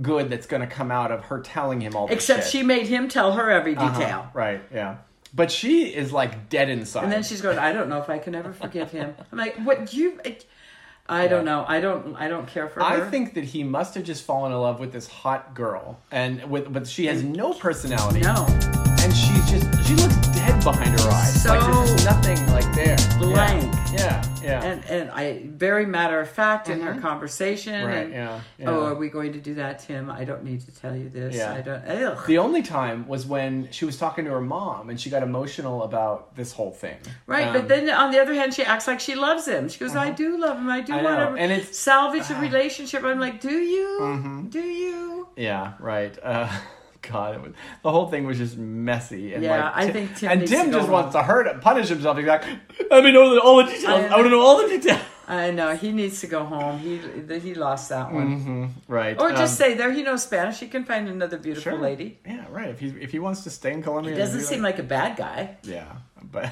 Speaker 1: good that's going to come out of her telling him all. This
Speaker 2: Except
Speaker 1: shit.
Speaker 2: she made him tell her every detail,
Speaker 1: Uh-huh. Right. Yeah. But she is like dead inside.
Speaker 2: and then she's going, "I don't know if I can ever forgive him." I'm like, "What you?" I, I don't know. I don't. I don't care for
Speaker 1: I
Speaker 2: her.
Speaker 1: think that he must have just fallen in love with this hot girl, and with but she has no personality.
Speaker 2: no.
Speaker 1: and she's just she looks dead behind her eyes. like there's just
Speaker 2: So
Speaker 1: nothing like there.
Speaker 2: blank.
Speaker 1: Yeah, yeah. yeah.
Speaker 2: And and I very matter of fact in her conversation.
Speaker 1: Mm-hmm. Right,
Speaker 2: and,
Speaker 1: yeah,
Speaker 2: Oh,
Speaker 1: yeah.
Speaker 2: are we going to do that, Tim? I don't need to tell you this.
Speaker 1: Yeah.
Speaker 2: I don't. Ugh.
Speaker 1: the only time was when she was talking to her mom and she got emotional about this whole thing.
Speaker 2: Right,
Speaker 1: Um, Mm-hmm.
Speaker 2: but then on the other hand, she acts like she loves him. She goes, "I do love him. I do
Speaker 1: I
Speaker 2: want
Speaker 1: know,
Speaker 2: to
Speaker 1: and it's- uh, Mm-hmm.
Speaker 2: salvage a relationship." I'm like, "Do you? Do you?"
Speaker 1: yeah, right. Uh, God, it was, the whole thing was just messy. And
Speaker 2: Yeah,
Speaker 1: like,
Speaker 2: I
Speaker 1: Ti-
Speaker 2: think Tim
Speaker 1: and
Speaker 2: needs
Speaker 1: Tim
Speaker 2: to go
Speaker 1: just
Speaker 2: home.
Speaker 1: wants to hurt, punish himself. He's like, let me know the, all the details. I, want to know all the details.
Speaker 2: I know he needs to go home. He th- he lost that one.
Speaker 1: Right.
Speaker 2: Or just
Speaker 1: Mm-hmm. um,
Speaker 2: say there he knows Spanish. He can find another beautiful
Speaker 1: sure.
Speaker 2: lady.
Speaker 1: Yeah, right. If he if he wants to stay in Colombia,
Speaker 2: He doesn't seem like a bad guy.
Speaker 1: yeah, but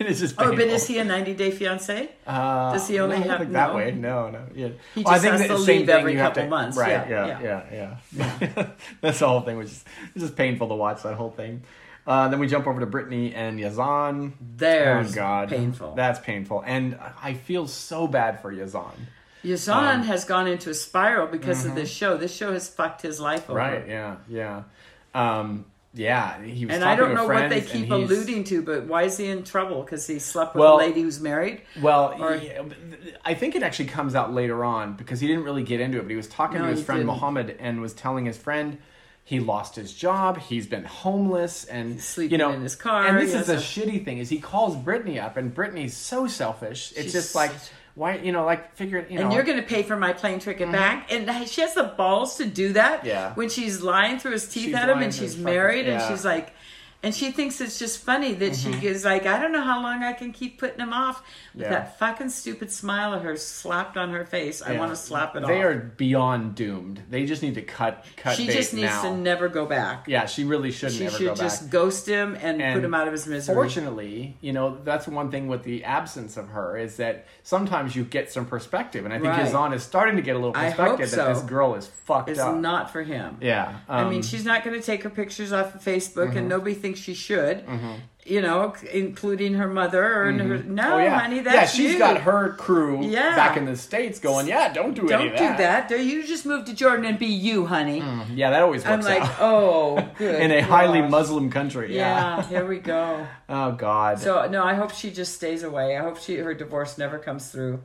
Speaker 1: it is just.
Speaker 2: Oh,
Speaker 1: Painful.
Speaker 2: but is he a 90 day fiance?
Speaker 1: Uh,
Speaker 2: Does he
Speaker 1: no,
Speaker 2: only
Speaker 1: I don't
Speaker 2: have-
Speaker 1: think that
Speaker 2: no?
Speaker 1: way? No, no. Yeah.
Speaker 2: He
Speaker 1: Well,
Speaker 2: just has
Speaker 1: that
Speaker 2: to
Speaker 1: the same
Speaker 2: leave
Speaker 1: thing
Speaker 2: every
Speaker 1: you have
Speaker 2: couple months.
Speaker 1: Right.
Speaker 2: Yeah,
Speaker 1: Yeah. Yeah. Yeah. That's the whole thing. Which is it's just painful to watch that whole thing. Uh, then we jump over to Brittany and Yazan.
Speaker 2: There's
Speaker 1: oh God,
Speaker 2: painful.
Speaker 1: That's painful, and I feel so bad for Yazan.
Speaker 2: Yazan
Speaker 1: um,
Speaker 2: has gone into a spiral because of this show. This show has fucked his life over.
Speaker 1: Right? Yeah. Yeah. Um, yeah. He was.
Speaker 2: And
Speaker 1: talking
Speaker 2: I don't
Speaker 1: to
Speaker 2: know what
Speaker 1: friends,
Speaker 2: they
Speaker 1: and
Speaker 2: keep
Speaker 1: he's-
Speaker 2: alluding to, but why is he in trouble? Because he slept with
Speaker 1: Well-
Speaker 2: a lady who's married.
Speaker 1: Well,
Speaker 2: Or-
Speaker 1: yeah, I think it actually comes out later on because he didn't really get into it, but he was talking
Speaker 2: No,
Speaker 1: to his
Speaker 2: he
Speaker 1: friend
Speaker 2: didn't.
Speaker 1: Mohammed and was telling his friend he lost his job, he's been homeless, and
Speaker 2: sleeping
Speaker 1: you know,
Speaker 2: in his car,
Speaker 1: And this
Speaker 2: he
Speaker 1: is the
Speaker 2: has a-
Speaker 1: shitty thing is he calls Brittany up, and Brittany's so selfish. It's
Speaker 2: She's
Speaker 1: just like
Speaker 2: such-
Speaker 1: why you know like figure it you
Speaker 2: And
Speaker 1: know
Speaker 2: you're going to pay for my plane ticket back. And she has the balls to do that
Speaker 1: Mm-hmm. Yeah.
Speaker 2: when she's lying through his teeth
Speaker 1: She's
Speaker 2: at him
Speaker 1: lying
Speaker 2: and
Speaker 1: through his
Speaker 2: she's
Speaker 1: fucking-
Speaker 2: married
Speaker 1: yeah. Mm-hmm.
Speaker 2: and she's like, and she thinks it's just funny that she is like, I don't know how long I can keep putting him off with
Speaker 1: Yeah.
Speaker 2: that fucking stupid smile of hers slapped on her face. I
Speaker 1: Yeah.
Speaker 2: want to slap it off.
Speaker 1: they are beyond doomed. They just need to cut cut.
Speaker 2: she
Speaker 1: bait
Speaker 2: just needs
Speaker 1: now.
Speaker 2: to never go back.
Speaker 1: Yeah, she really should
Speaker 2: she
Speaker 1: never
Speaker 2: should
Speaker 1: go back.
Speaker 2: just ghost him and,
Speaker 1: And
Speaker 2: put him out of his misery.
Speaker 1: Fortunately, you know, that's one thing with the absence of her is that sometimes you get some perspective. And I think
Speaker 2: Right.
Speaker 1: Yazan is starting to get a little
Speaker 2: I hope
Speaker 1: perspective that
Speaker 2: so.
Speaker 1: this girl is fucked
Speaker 2: It's
Speaker 1: up.
Speaker 2: not for him.
Speaker 1: yeah.
Speaker 2: I mean,
Speaker 1: um, Mm-hmm.
Speaker 2: she's not going to take her pictures off of Facebook, and nobody thinks she should. You know, including her mother and her. No,
Speaker 1: oh, yeah.
Speaker 2: honey,
Speaker 1: yeah,
Speaker 2: that's
Speaker 1: she's
Speaker 2: you.
Speaker 1: got her crew
Speaker 2: Yeah.
Speaker 1: back in the States going, yeah, don't do
Speaker 2: Don't
Speaker 1: any of
Speaker 2: do that. Don't- You just move to Jordan and be you, honey.
Speaker 1: Yeah, that always
Speaker 2: I'm
Speaker 1: works
Speaker 2: like,
Speaker 1: out.
Speaker 2: oh, good.
Speaker 1: in a highly
Speaker 2: gosh.
Speaker 1: Muslim country.
Speaker 2: Yeah.
Speaker 1: Yeah.
Speaker 2: here we go.
Speaker 1: oh, God.
Speaker 2: So no, I hope she just stays away. I hope she her divorce never comes through.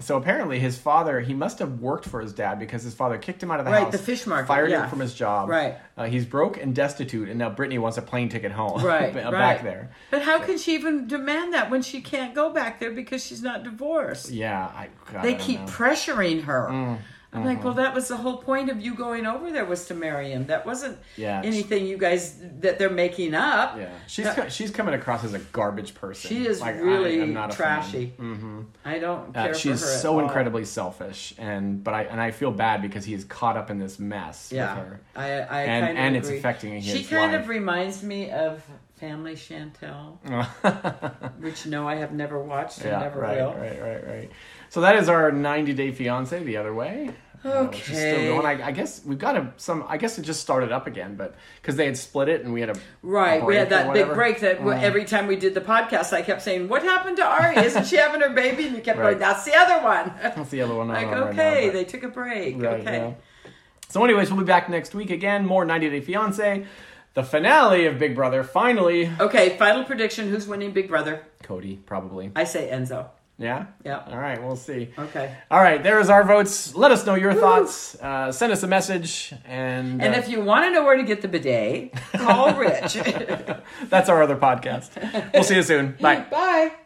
Speaker 1: So apparently, his father he must have worked for his dad because his father kicked him out of the
Speaker 2: Right,
Speaker 1: house,
Speaker 2: the fish market,
Speaker 1: fired
Speaker 2: yeah.
Speaker 1: him from his job.
Speaker 2: Right.
Speaker 1: uh, he's broke and destitute, and now Brittany wants a plane ticket home.
Speaker 2: Right,
Speaker 1: b-
Speaker 2: right.
Speaker 1: back there.
Speaker 2: But how can she even demand that when she can't go back there because she's not divorced?
Speaker 1: Yeah, I. God, I
Speaker 2: they
Speaker 1: don't
Speaker 2: keep
Speaker 1: know. Mm, mm-hmm.
Speaker 2: pressuring her. I'm like, well, that was the whole point of you going over there was to marry him. That wasn't
Speaker 1: Yeah.
Speaker 2: anything you guys that they're making up.
Speaker 1: Yeah, she's co- she's coming across as a garbage person.
Speaker 2: uh, She is
Speaker 1: Like, I
Speaker 2: really
Speaker 1: am not a fan.
Speaker 2: trashy. Mm-hmm. I don't
Speaker 1: Uh,
Speaker 2: care.
Speaker 1: she's
Speaker 2: for her at
Speaker 1: so
Speaker 2: all.
Speaker 1: incredibly selfish, and but I and I feel bad because he's caught up in this mess
Speaker 2: Yeah,
Speaker 1: with her.
Speaker 2: I, I
Speaker 1: And-
Speaker 2: kind of
Speaker 1: and it's
Speaker 2: agree.
Speaker 1: affecting
Speaker 2: She
Speaker 1: his
Speaker 2: kind of
Speaker 1: life.
Speaker 2: reminds me of Family Chantel, which no, I have never watched and
Speaker 1: yeah,
Speaker 2: never
Speaker 1: right,
Speaker 2: will.
Speaker 1: right, right, right. So that is our 90 Day Fiance the other way. Uh, which is
Speaker 2: Okay.
Speaker 1: still going. I, I guess we've got a, some. I guess it just started up again, but because they had split it and we had a
Speaker 2: Right,
Speaker 1: a
Speaker 2: we had
Speaker 1: break or
Speaker 2: that big
Speaker 1: whatever. Mm.
Speaker 2: break that w every time we did the podcast, I kept saying, "What happened to Ari? Isn't she having her baby?" And you kept
Speaker 1: Right.
Speaker 2: going, "That's the other one."
Speaker 1: That's the other one. I'm
Speaker 2: like,
Speaker 1: on right now,
Speaker 2: okay,
Speaker 1: but-
Speaker 2: they took a break.
Speaker 1: Right,
Speaker 2: okay,
Speaker 1: yeah. So, anyways, we'll be back next week again. More 90 Day Fiance, the finale of Big Brother. Finally,
Speaker 2: okay. Final prediction: Who's winning Big Brother?
Speaker 1: Cody, probably.
Speaker 2: I say Enzo.
Speaker 1: Yeah.
Speaker 2: Yeah.
Speaker 1: All right, we'll see.
Speaker 2: Okay.
Speaker 1: All right, there's our votes. Let us know your thoughts. Uh, send us a message, and,
Speaker 2: And
Speaker 1: uh,
Speaker 2: if you want to know where to get the bidet, call Rich.
Speaker 1: that's our other podcast. we'll see you soon. Bye.
Speaker 2: Bye.